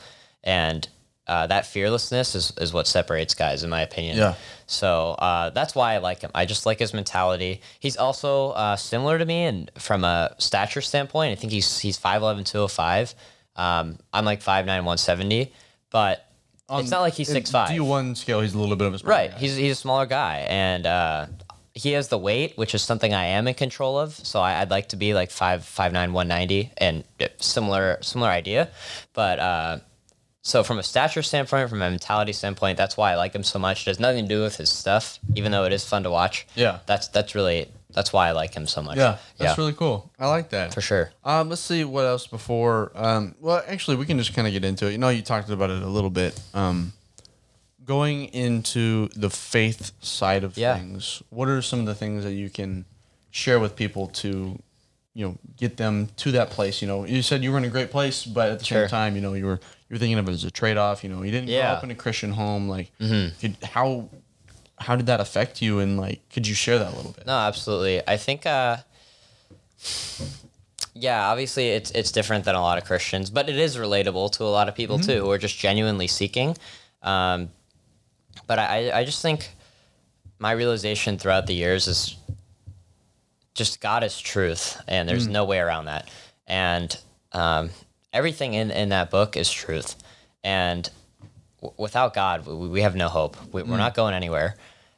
[SPEAKER 2] And uh, that fearlessness is, is what separates guys, in my opinion.
[SPEAKER 1] Yeah.
[SPEAKER 2] So uh, that's why I like him. I just like his mentality. He's also uh, similar to me, and from a stature standpoint, I think he's he's 5'11", 205. Um, I'm like 5'9", 170. But it's not like he's
[SPEAKER 1] In
[SPEAKER 2] six five.
[SPEAKER 1] D one scale, he's a little bit of a smaller
[SPEAKER 2] Right.
[SPEAKER 1] guy.
[SPEAKER 2] He's he's a smaller guy, and uh, he has the weight, which is something I am in control of. So I, I'd like to be like five five nine one ninety, and uh, similar similar idea, but. Uh, so from a stature standpoint, from a mentality standpoint, that's why I like him so much. It has nothing to do with his stuff, even though it is fun to watch.
[SPEAKER 1] Yeah.
[SPEAKER 2] That's that's really that's why I like him so much.
[SPEAKER 1] yeah,
[SPEAKER 2] yeah.
[SPEAKER 1] that's really cool. I like that
[SPEAKER 2] for sure.
[SPEAKER 1] Um, let's see what else before. Um, well, actually, we can just kind of get into it. You know, you talked about it a little bit. Um, going into the faith side of
[SPEAKER 2] Yeah.
[SPEAKER 1] things, what are some of the things that you can share with people to, you know, get them to that place? You know, you said you were in a great place, but at the
[SPEAKER 2] Sure.
[SPEAKER 1] same time, you know, you were you were thinking of it as a trade off. You know, you didn't
[SPEAKER 2] Yeah. Mm-hmm.
[SPEAKER 1] grow up in a Christian home. Like, could, how how did that affect you? And like, could you share that a little bit?
[SPEAKER 2] No, absolutely. I think uh yeah, obviously it's it's different than a lot of Christians, but it is relatable to a lot of people too who are just genuinely seeking. Um but I, I I just think my realization throughout the years is just God is truth, and there's no way around that. And um, everything in, in that book is truth. And w- without God, we, we have no hope. We, We're not going anywhere,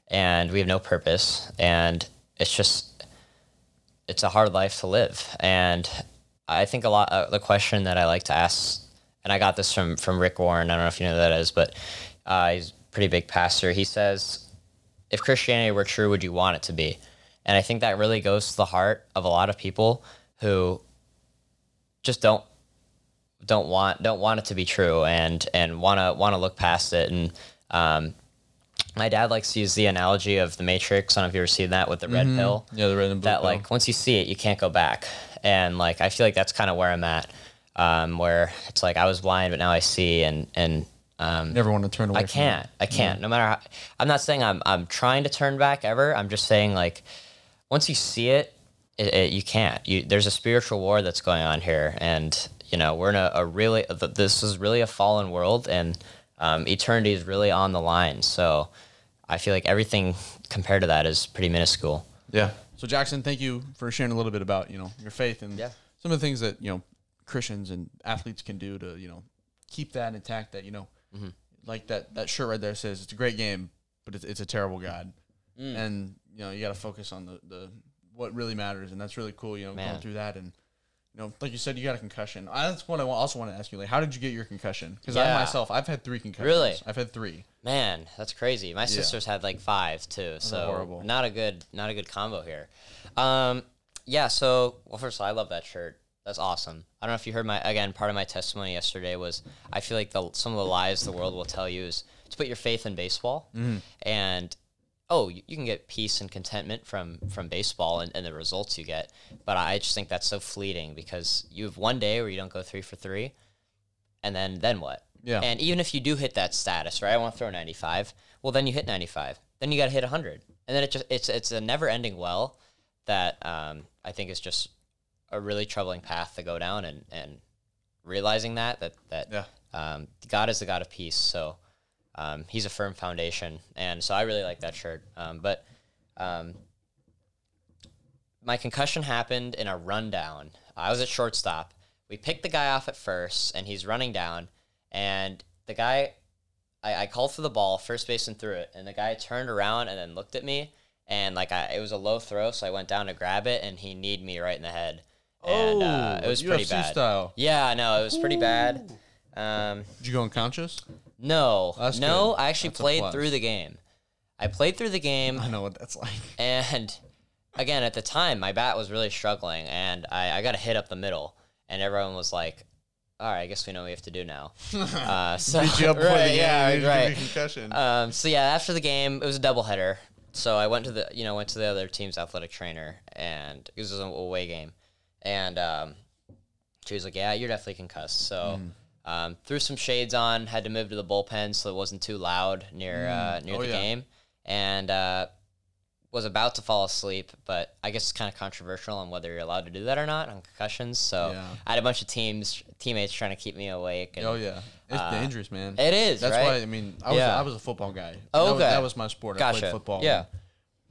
[SPEAKER 2] and we have no purpose. And it's just, it's a hard life to live. And I think a lot uh, the question that I like to ask and I got this from from Rick Warren. I don't know if you know who that is, but uh, he's a pretty big pastor. He says, "If Christianity were true, would you want it to be?" And I think that really goes to the heart of a lot of people who just don't don't want don't want it to be true and and want to want to look past it and um, my dad likes to use the analogy of the matrix i don't know if you've ever seen that with the red pill
[SPEAKER 1] Yeah, the red and blue.
[SPEAKER 2] that
[SPEAKER 1] pill.
[SPEAKER 2] like once you see it you can't go back and like i feel like that's kind of where i'm at um, where it's like i was blind but now i see and and um,
[SPEAKER 1] never want to turn away.
[SPEAKER 2] i can't i can't no matter how i'm not saying i'm i'm trying to turn back ever i'm just saying like once you see it, it, it you can't you there's a spiritual war that's going on here and you know we're in a, a really th- this is really a fallen world and um, eternity is really on the line so i feel like everything compared to that is pretty minuscule
[SPEAKER 1] Yeah,
[SPEAKER 3] So Jackson, thank you for sharing a little bit about you know your faith and
[SPEAKER 2] Yeah.
[SPEAKER 3] some of the things that you know Christians and athletes can do to you know keep that intact. That you know,
[SPEAKER 2] Mm-hmm.
[SPEAKER 3] like that that shirt right there says it's a great game, but it's, it's a terrible God,
[SPEAKER 2] Mm.
[SPEAKER 3] and you know you got to focus on the the what really matters, and that's really cool. You know,
[SPEAKER 2] Man.
[SPEAKER 3] going through that and. You know, like you said, you got a concussion. I, that's what I wa- also want to ask you. Like, how did you get your concussion? Because
[SPEAKER 2] Yeah.
[SPEAKER 3] I myself, I've had three concussions.
[SPEAKER 2] Really?
[SPEAKER 3] I've had three.
[SPEAKER 2] Man, that's crazy. My sister's had like five too, so
[SPEAKER 3] horrible.
[SPEAKER 2] not a good not a good combo here. Um, yeah. So well, first of all, I love that shirt. That's awesome. I don't know if you heard my again. Part of my testimony yesterday was I feel like the some of the lies the world will tell you is to put your faith in baseball, and oh, you, you can get peace and contentment from from baseball and, and the results you get. But I just think that's so fleeting because you have one day where you don't go three for three, and then then what?
[SPEAKER 3] Yeah.
[SPEAKER 2] And even if you do hit that status, right? I want to throw 95. Well, then you hit 95. Then you got to hit 100. And then it just it's it's a never-ending well that um, I think is just a really troubling path to go down and and realizing that that that
[SPEAKER 3] Yeah.
[SPEAKER 2] um, God is the God of peace. So um, he's a firm foundation. And so I really like that shirt. Um, but um, my concussion happened in a rundown. I was at shortstop. We picked the guy off at first, and he's running down. And the guy, I, I called for the ball, first baseman threw it, and the guy turned around and then looked at me, and like I, it was a low throw, so I went down to grab it, and he kneed me right in the head, and uh, it was pretty
[SPEAKER 3] UFC
[SPEAKER 2] bad.
[SPEAKER 3] style.
[SPEAKER 2] Yeah, I know it was pretty bad. Um,
[SPEAKER 3] Did you go unconscious?
[SPEAKER 2] no,
[SPEAKER 3] That's
[SPEAKER 2] no,
[SPEAKER 3] good.
[SPEAKER 2] I actually
[SPEAKER 3] That's a
[SPEAKER 2] played
[SPEAKER 3] plus.
[SPEAKER 2] through the game. I played through the game.
[SPEAKER 3] I know what that's like.
[SPEAKER 2] And again, at the time, my bat was really struggling, and I, I got a hit up the middle, and everyone was like, "All right, I guess we know what we have to do now." Uh, so right, yeah, right.
[SPEAKER 3] concussion.
[SPEAKER 2] Um, so yeah, after the game, it was a doubleheader. So I went to the you know went to the other team's athletic trainer, and it was an away game, and um, she was like, "Yeah, you're definitely concussed." So
[SPEAKER 1] Mm.
[SPEAKER 2] um, threw some shades on, had to move to the bullpen so it wasn't too loud near uh,
[SPEAKER 1] Mm.
[SPEAKER 2] near
[SPEAKER 3] Oh,
[SPEAKER 2] the
[SPEAKER 3] yeah.
[SPEAKER 2] game, and uh, was about to fall asleep. But I guess it's kind of controversial on whether you're allowed to do that or not on concussions. So
[SPEAKER 3] Yeah.
[SPEAKER 2] I had a bunch of teams teammates trying to keep me awake. And
[SPEAKER 3] Oh yeah, it's dangerous, man.
[SPEAKER 2] uh, It is
[SPEAKER 1] that's
[SPEAKER 2] right?
[SPEAKER 1] why I mean I was
[SPEAKER 2] Yeah.
[SPEAKER 1] I was a football guy.
[SPEAKER 2] Oh,
[SPEAKER 1] that was,
[SPEAKER 2] okay.
[SPEAKER 1] that was my sport. I
[SPEAKER 2] Gotcha.
[SPEAKER 1] played football.
[SPEAKER 2] Yeah.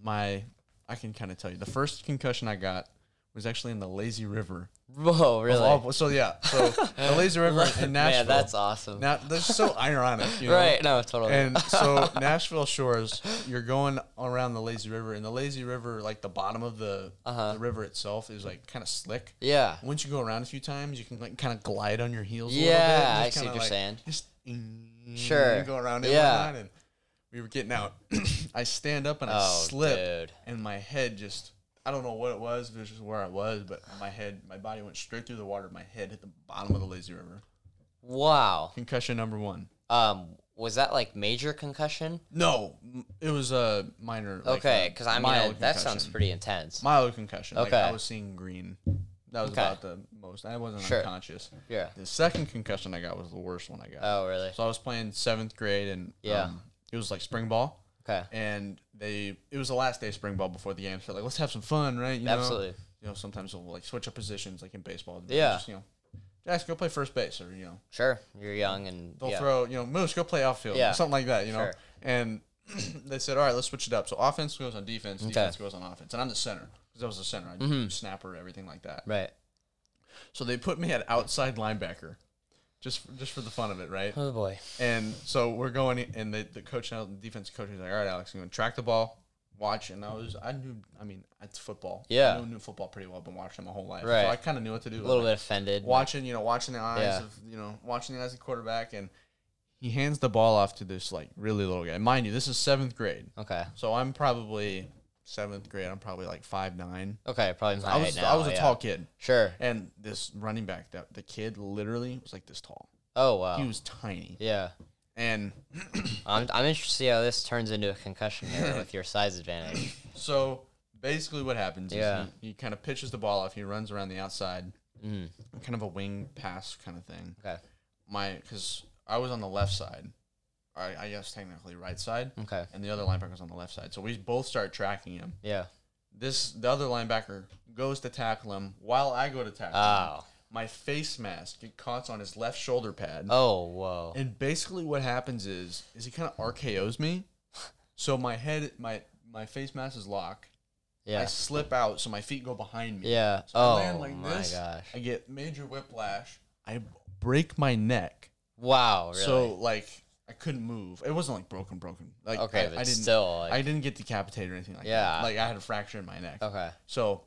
[SPEAKER 1] my I can kind of tell you the first concussion I got was actually in the Lazy River.
[SPEAKER 2] Whoa, really?
[SPEAKER 1] Oh, so yeah, so the Lazy River in Nashville.
[SPEAKER 2] Man, that's awesome.
[SPEAKER 1] now that's so ironic, you know?
[SPEAKER 2] right? No, totally.
[SPEAKER 1] And so Nashville Shores, you're going around the Lazy River, and the Lazy River, like the bottom of the,
[SPEAKER 2] Uh-huh.
[SPEAKER 1] the river itself, is like kind of slick.
[SPEAKER 2] yeah.
[SPEAKER 1] Once you go around a few times, you can like kind of glide on your heels. a little bit
[SPEAKER 2] Yeah,
[SPEAKER 1] and
[SPEAKER 2] I
[SPEAKER 1] just
[SPEAKER 2] see
[SPEAKER 1] kinda,
[SPEAKER 2] what you're
[SPEAKER 1] like,
[SPEAKER 2] saying.
[SPEAKER 1] Just
[SPEAKER 2] Sure.
[SPEAKER 1] and go around it.
[SPEAKER 2] Yeah.
[SPEAKER 1] Yeah. And we were getting out. I stand up and I
[SPEAKER 2] Oh,
[SPEAKER 1] slip,
[SPEAKER 2] dude.
[SPEAKER 1] and my head just. I don't know what it was, if it was just where I was, but my head, my body went straight through the water. My head hit the bottom of the lazy river.
[SPEAKER 2] Wow.
[SPEAKER 1] Concussion number one.
[SPEAKER 2] Um, was that like major concussion?
[SPEAKER 1] No, m- it was a minor. like,
[SPEAKER 2] Okay,
[SPEAKER 1] a
[SPEAKER 2] because I mean
[SPEAKER 1] mild
[SPEAKER 2] I- that sounds
[SPEAKER 1] concussion.
[SPEAKER 2] pretty intense.
[SPEAKER 1] mild concussion. Like,
[SPEAKER 2] Okay.
[SPEAKER 1] I was seeing green. That was
[SPEAKER 2] Okay.
[SPEAKER 1] about the most. I wasn't
[SPEAKER 2] Sure.
[SPEAKER 1] unconscious.
[SPEAKER 2] Yeah.
[SPEAKER 1] The second concussion I got was the worst one I got.
[SPEAKER 2] Oh, really?
[SPEAKER 1] So I was playing seventh grade, and
[SPEAKER 2] Yeah.
[SPEAKER 1] um, it was like spring ball.
[SPEAKER 2] Okay.
[SPEAKER 1] And they, it was the last day of spring ball before the game. So like, let's have some fun, right? You know?
[SPEAKER 2] Absolutely.
[SPEAKER 1] You know, sometimes we'll like switch up positions, like in baseball.
[SPEAKER 2] Yeah.
[SPEAKER 1] Just, you know, Jackson, go play first base, or you know,
[SPEAKER 2] Sure. You're young and
[SPEAKER 1] they'll
[SPEAKER 2] yeah.
[SPEAKER 1] throw, you know, Moose, go play outfield,
[SPEAKER 2] Yeah.
[SPEAKER 1] something like that, you know.
[SPEAKER 2] Sure.
[SPEAKER 1] And they said, all right, let's switch it up. So offense goes on defense, defense goes on offense, and I'm the center because I was the center,
[SPEAKER 2] Mm-hmm.
[SPEAKER 1] I snapper, everything like that.
[SPEAKER 2] right.
[SPEAKER 1] So they put me at outside linebacker, just just for the fun of it, right?
[SPEAKER 2] Oh boy.
[SPEAKER 1] And so we're going, and the, the coach, now the defense coach, is like, all right, Alex, I'm going to track the ball, watching. I was I knew I mean it's football.
[SPEAKER 2] Yeah.
[SPEAKER 1] I knew, knew football pretty well. I've been watching my whole life,
[SPEAKER 2] Right.
[SPEAKER 1] so I kind of knew what to do.
[SPEAKER 2] A little bit
[SPEAKER 1] Like,
[SPEAKER 2] offended.
[SPEAKER 1] watching, you know, watching the eyes
[SPEAKER 2] Yeah.
[SPEAKER 1] of you know watching the eyes of the quarterback, and he hands the ball off to this like really little guy. Mind you, this is seventh grade,
[SPEAKER 2] Okay.
[SPEAKER 1] so I'm probably seventh grade. I'm probably like five nine.
[SPEAKER 2] Okay. Probably
[SPEAKER 1] I
[SPEAKER 2] not
[SPEAKER 1] was
[SPEAKER 2] right now.
[SPEAKER 1] I was a
[SPEAKER 2] yeah.
[SPEAKER 1] tall kid,
[SPEAKER 2] Sure.
[SPEAKER 1] and this running back that the kid literally was like this tall.
[SPEAKER 2] Oh wow.
[SPEAKER 1] He was tiny,
[SPEAKER 2] yeah.
[SPEAKER 1] and
[SPEAKER 2] I'm, I'm interested to see how this turns into a concussion here with your size advantage.
[SPEAKER 1] So basically, what happens
[SPEAKER 2] Yeah.
[SPEAKER 1] is he, he kind of pitches the ball off. He runs around the outside,
[SPEAKER 2] Mm.
[SPEAKER 1] kind of a wing pass kind of thing.
[SPEAKER 2] Okay.
[SPEAKER 1] My because I was on the left side, or I, I guess technically right side,
[SPEAKER 2] Okay.
[SPEAKER 1] and the other linebacker was on the left side. So we both start tracking him.
[SPEAKER 2] Yeah.
[SPEAKER 1] This the other linebacker goes to tackle him while I go to tackle him.
[SPEAKER 2] Oh.
[SPEAKER 1] My face mask it caught on his left shoulder pad.
[SPEAKER 2] Oh whoa.
[SPEAKER 1] And basically, what happens is, is he kind of RKO's me. So my head, my my face mask is locked. I
[SPEAKER 2] Yeah.
[SPEAKER 1] slip out, so my feet go behind me.
[SPEAKER 2] Yeah.
[SPEAKER 1] So I
[SPEAKER 2] Oh
[SPEAKER 1] land like
[SPEAKER 2] my
[SPEAKER 1] this.
[SPEAKER 2] gosh.
[SPEAKER 1] I get major whiplash. I break my neck.
[SPEAKER 2] Wow. Really.
[SPEAKER 1] So like I couldn't move. It wasn't like broken, broken. Like
[SPEAKER 2] Okay,
[SPEAKER 1] I,
[SPEAKER 2] but
[SPEAKER 1] I didn't,
[SPEAKER 2] still, like-
[SPEAKER 1] I didn't get decapitated or anything like that.
[SPEAKER 2] Yeah. Oh.
[SPEAKER 1] Like I had a fracture in my neck.
[SPEAKER 2] okay.
[SPEAKER 1] So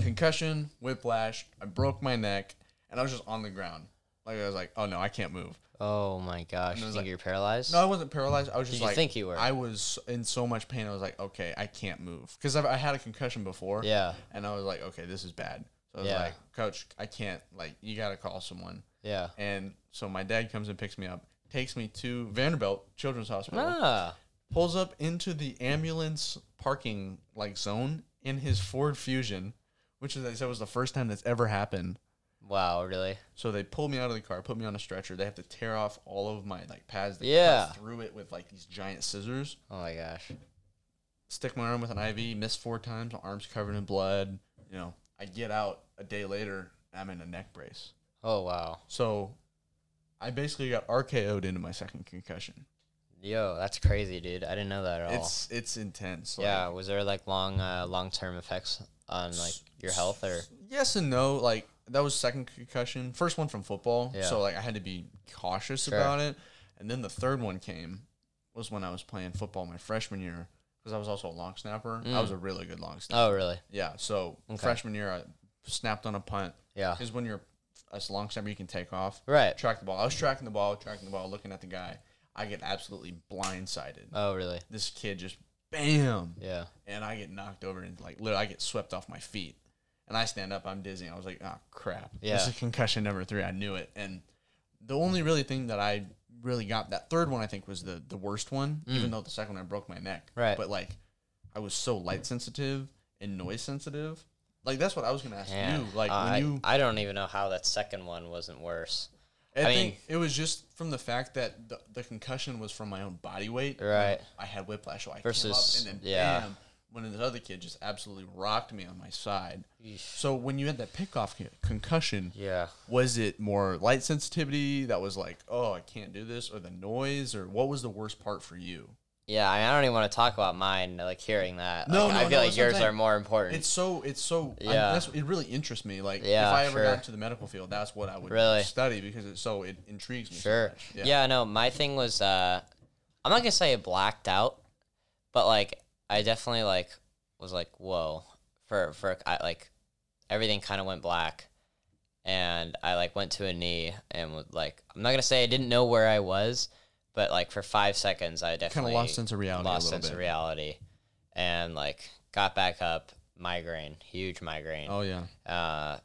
[SPEAKER 1] concussion, whiplash. I broke my neck, and I was just on the ground. Like I was like, oh no, I can't move.
[SPEAKER 2] Oh my gosh. You think
[SPEAKER 1] like-
[SPEAKER 2] you're paralyzed?
[SPEAKER 1] No, I wasn't paralyzed. I was just
[SPEAKER 2] you
[SPEAKER 1] like,
[SPEAKER 2] think you were?
[SPEAKER 1] I was in so much pain. I was like, okay, I can't move because I had a concussion before.
[SPEAKER 2] Yeah.
[SPEAKER 1] and I was like, okay, this is bad. So I was
[SPEAKER 2] Yeah.
[SPEAKER 1] like, coach, I can't. Like, you gotta call someone.
[SPEAKER 2] Yeah.
[SPEAKER 1] And so my dad comes and picks me up, takes me to Vanderbilt Children's Hospital,
[SPEAKER 2] Ah.
[SPEAKER 1] pulls up into the ambulance parking like zone in his Ford Fusion, which is I said was the first time that's ever happened.
[SPEAKER 2] Wow. Really.
[SPEAKER 1] So they pull me out of the car, put me on a stretcher. They have to tear off all of my like pads. They cut
[SPEAKER 2] Yeah.
[SPEAKER 1] through it with like these giant scissors.
[SPEAKER 2] Oh my gosh.
[SPEAKER 1] stick my arm with an IV, miss four times, my arm's covered in blood. You know, I get out a day later, I'm in a neck brace.
[SPEAKER 2] Oh wow.
[SPEAKER 1] So I basically got RKO'd into my second concussion.
[SPEAKER 2] Yo, that's crazy, dude. I didn't know that at all.
[SPEAKER 1] It's it's intense. like-
[SPEAKER 2] yeah. Was there like long, uh, long term effects on like your health or?
[SPEAKER 1] Yes and no. Like that was second concussion. First one from football.
[SPEAKER 2] Yeah.
[SPEAKER 1] So like I had to be cautious
[SPEAKER 2] Sure.
[SPEAKER 1] about it. And then the third one came was when I was playing football my freshman year because I was also a long snapper. I
[SPEAKER 2] Mm.
[SPEAKER 1] was a really good long snapper.
[SPEAKER 2] Oh really?
[SPEAKER 1] Yeah. So freshman year, I snapped on a punt.
[SPEAKER 2] Yeah.
[SPEAKER 1] Because when you're as long snapper, you can take off.
[SPEAKER 2] Right.
[SPEAKER 1] Track the ball. I was tracking the ball, tracking the ball, looking at the guy. I get absolutely blindsided.
[SPEAKER 2] Oh really?
[SPEAKER 1] this kid just bam,
[SPEAKER 2] Yeah.
[SPEAKER 1] and I get knocked over and like literally I get swept off my feet. And I stand up. I'm dizzy. I was like, oh crap. This
[SPEAKER 2] Yeah.
[SPEAKER 1] is concussion number three. I knew it. And the only really thing that I really got that third one I think was the the worst one, even though the second one I broke my neck.
[SPEAKER 2] Mm. Right.
[SPEAKER 1] But like I was so light sensitive and noise sensitive. Like that's what I was gonna ask
[SPEAKER 2] Man,
[SPEAKER 1] you. Like
[SPEAKER 2] I,
[SPEAKER 1] when you
[SPEAKER 2] I don't even know how that second one wasn't worse.
[SPEAKER 1] I,
[SPEAKER 2] I
[SPEAKER 1] think
[SPEAKER 2] mean-
[SPEAKER 1] it was just from the fact that the, the concussion was from my own body weight.
[SPEAKER 2] Right.
[SPEAKER 1] I had whiplash, so I
[SPEAKER 2] Versus-
[SPEAKER 1] came up and then
[SPEAKER 2] yeah.
[SPEAKER 1] bam, when this other kid just absolutely rocked me on my side. So when you had that pickoff con- concussion,
[SPEAKER 2] Yeah.
[SPEAKER 1] was it more light sensitivity that was like, oh, I can't do this, or the noise, or what was the worst part for you?
[SPEAKER 2] Yeah, I, mean, I don't even want to talk about mine. Like hearing that,
[SPEAKER 1] No,
[SPEAKER 2] like,
[SPEAKER 1] no,
[SPEAKER 2] I
[SPEAKER 1] no,
[SPEAKER 2] feel
[SPEAKER 1] that's what
[SPEAKER 2] like
[SPEAKER 1] I'm
[SPEAKER 2] yours
[SPEAKER 1] saying.
[SPEAKER 2] are more important.
[SPEAKER 1] It's so it's so I-
[SPEAKER 2] Yeah.
[SPEAKER 1] that's, it really interests me. Like
[SPEAKER 2] Yeah,
[SPEAKER 1] if I ever
[SPEAKER 2] sure.
[SPEAKER 1] got into the medical field, that's what I would
[SPEAKER 2] Really?
[SPEAKER 1] study because it's so it intrigues me. so
[SPEAKER 2] Sure.
[SPEAKER 1] much.
[SPEAKER 2] Yeah. no, my thing was uh I'm not gonna say it blacked out, but like I definitely like was like, whoa. For for I like everything kinda went black and I like went to a knee and would like I'm not gonna say I didn't know where I was, but like for five seconds I definitely
[SPEAKER 1] lost sense of reality a
[SPEAKER 2] Lost
[SPEAKER 1] little
[SPEAKER 2] sense of
[SPEAKER 1] bit.
[SPEAKER 2] reality and like got back up, migraine, huge migraine
[SPEAKER 1] Oh yeah.
[SPEAKER 2] uh,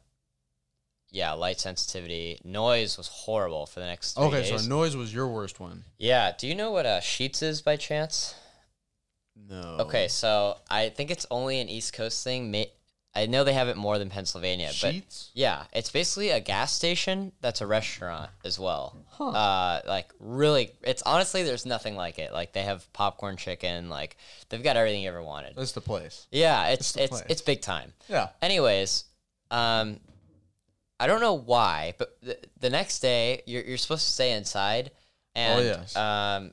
[SPEAKER 2] yeah, light sensitivity. Noise was horrible for the next. Three
[SPEAKER 1] Okay,
[SPEAKER 2] days.
[SPEAKER 1] so noise was your worst one.
[SPEAKER 2] yeah. Do you know what uh, Sheets is by chance?
[SPEAKER 1] No.
[SPEAKER 2] Okay, so I think it's only an East Coast thing. Ma- I know they have it more than Pennsylvania, but
[SPEAKER 1] Sheets?
[SPEAKER 2] yeah, it's basically a gas station that's a restaurant as well. Uh, like really, it's honestly there's nothing like it. Like they have popcorn chicken. Like they've got everything you ever wanted.
[SPEAKER 1] That's the place.
[SPEAKER 2] Yeah, it's it's
[SPEAKER 1] place.
[SPEAKER 2] it's big time.
[SPEAKER 1] Yeah.
[SPEAKER 2] Anyways, um, I don't know why, but the, the next day you're, you're supposed to stay inside, and
[SPEAKER 1] yes.
[SPEAKER 2] um,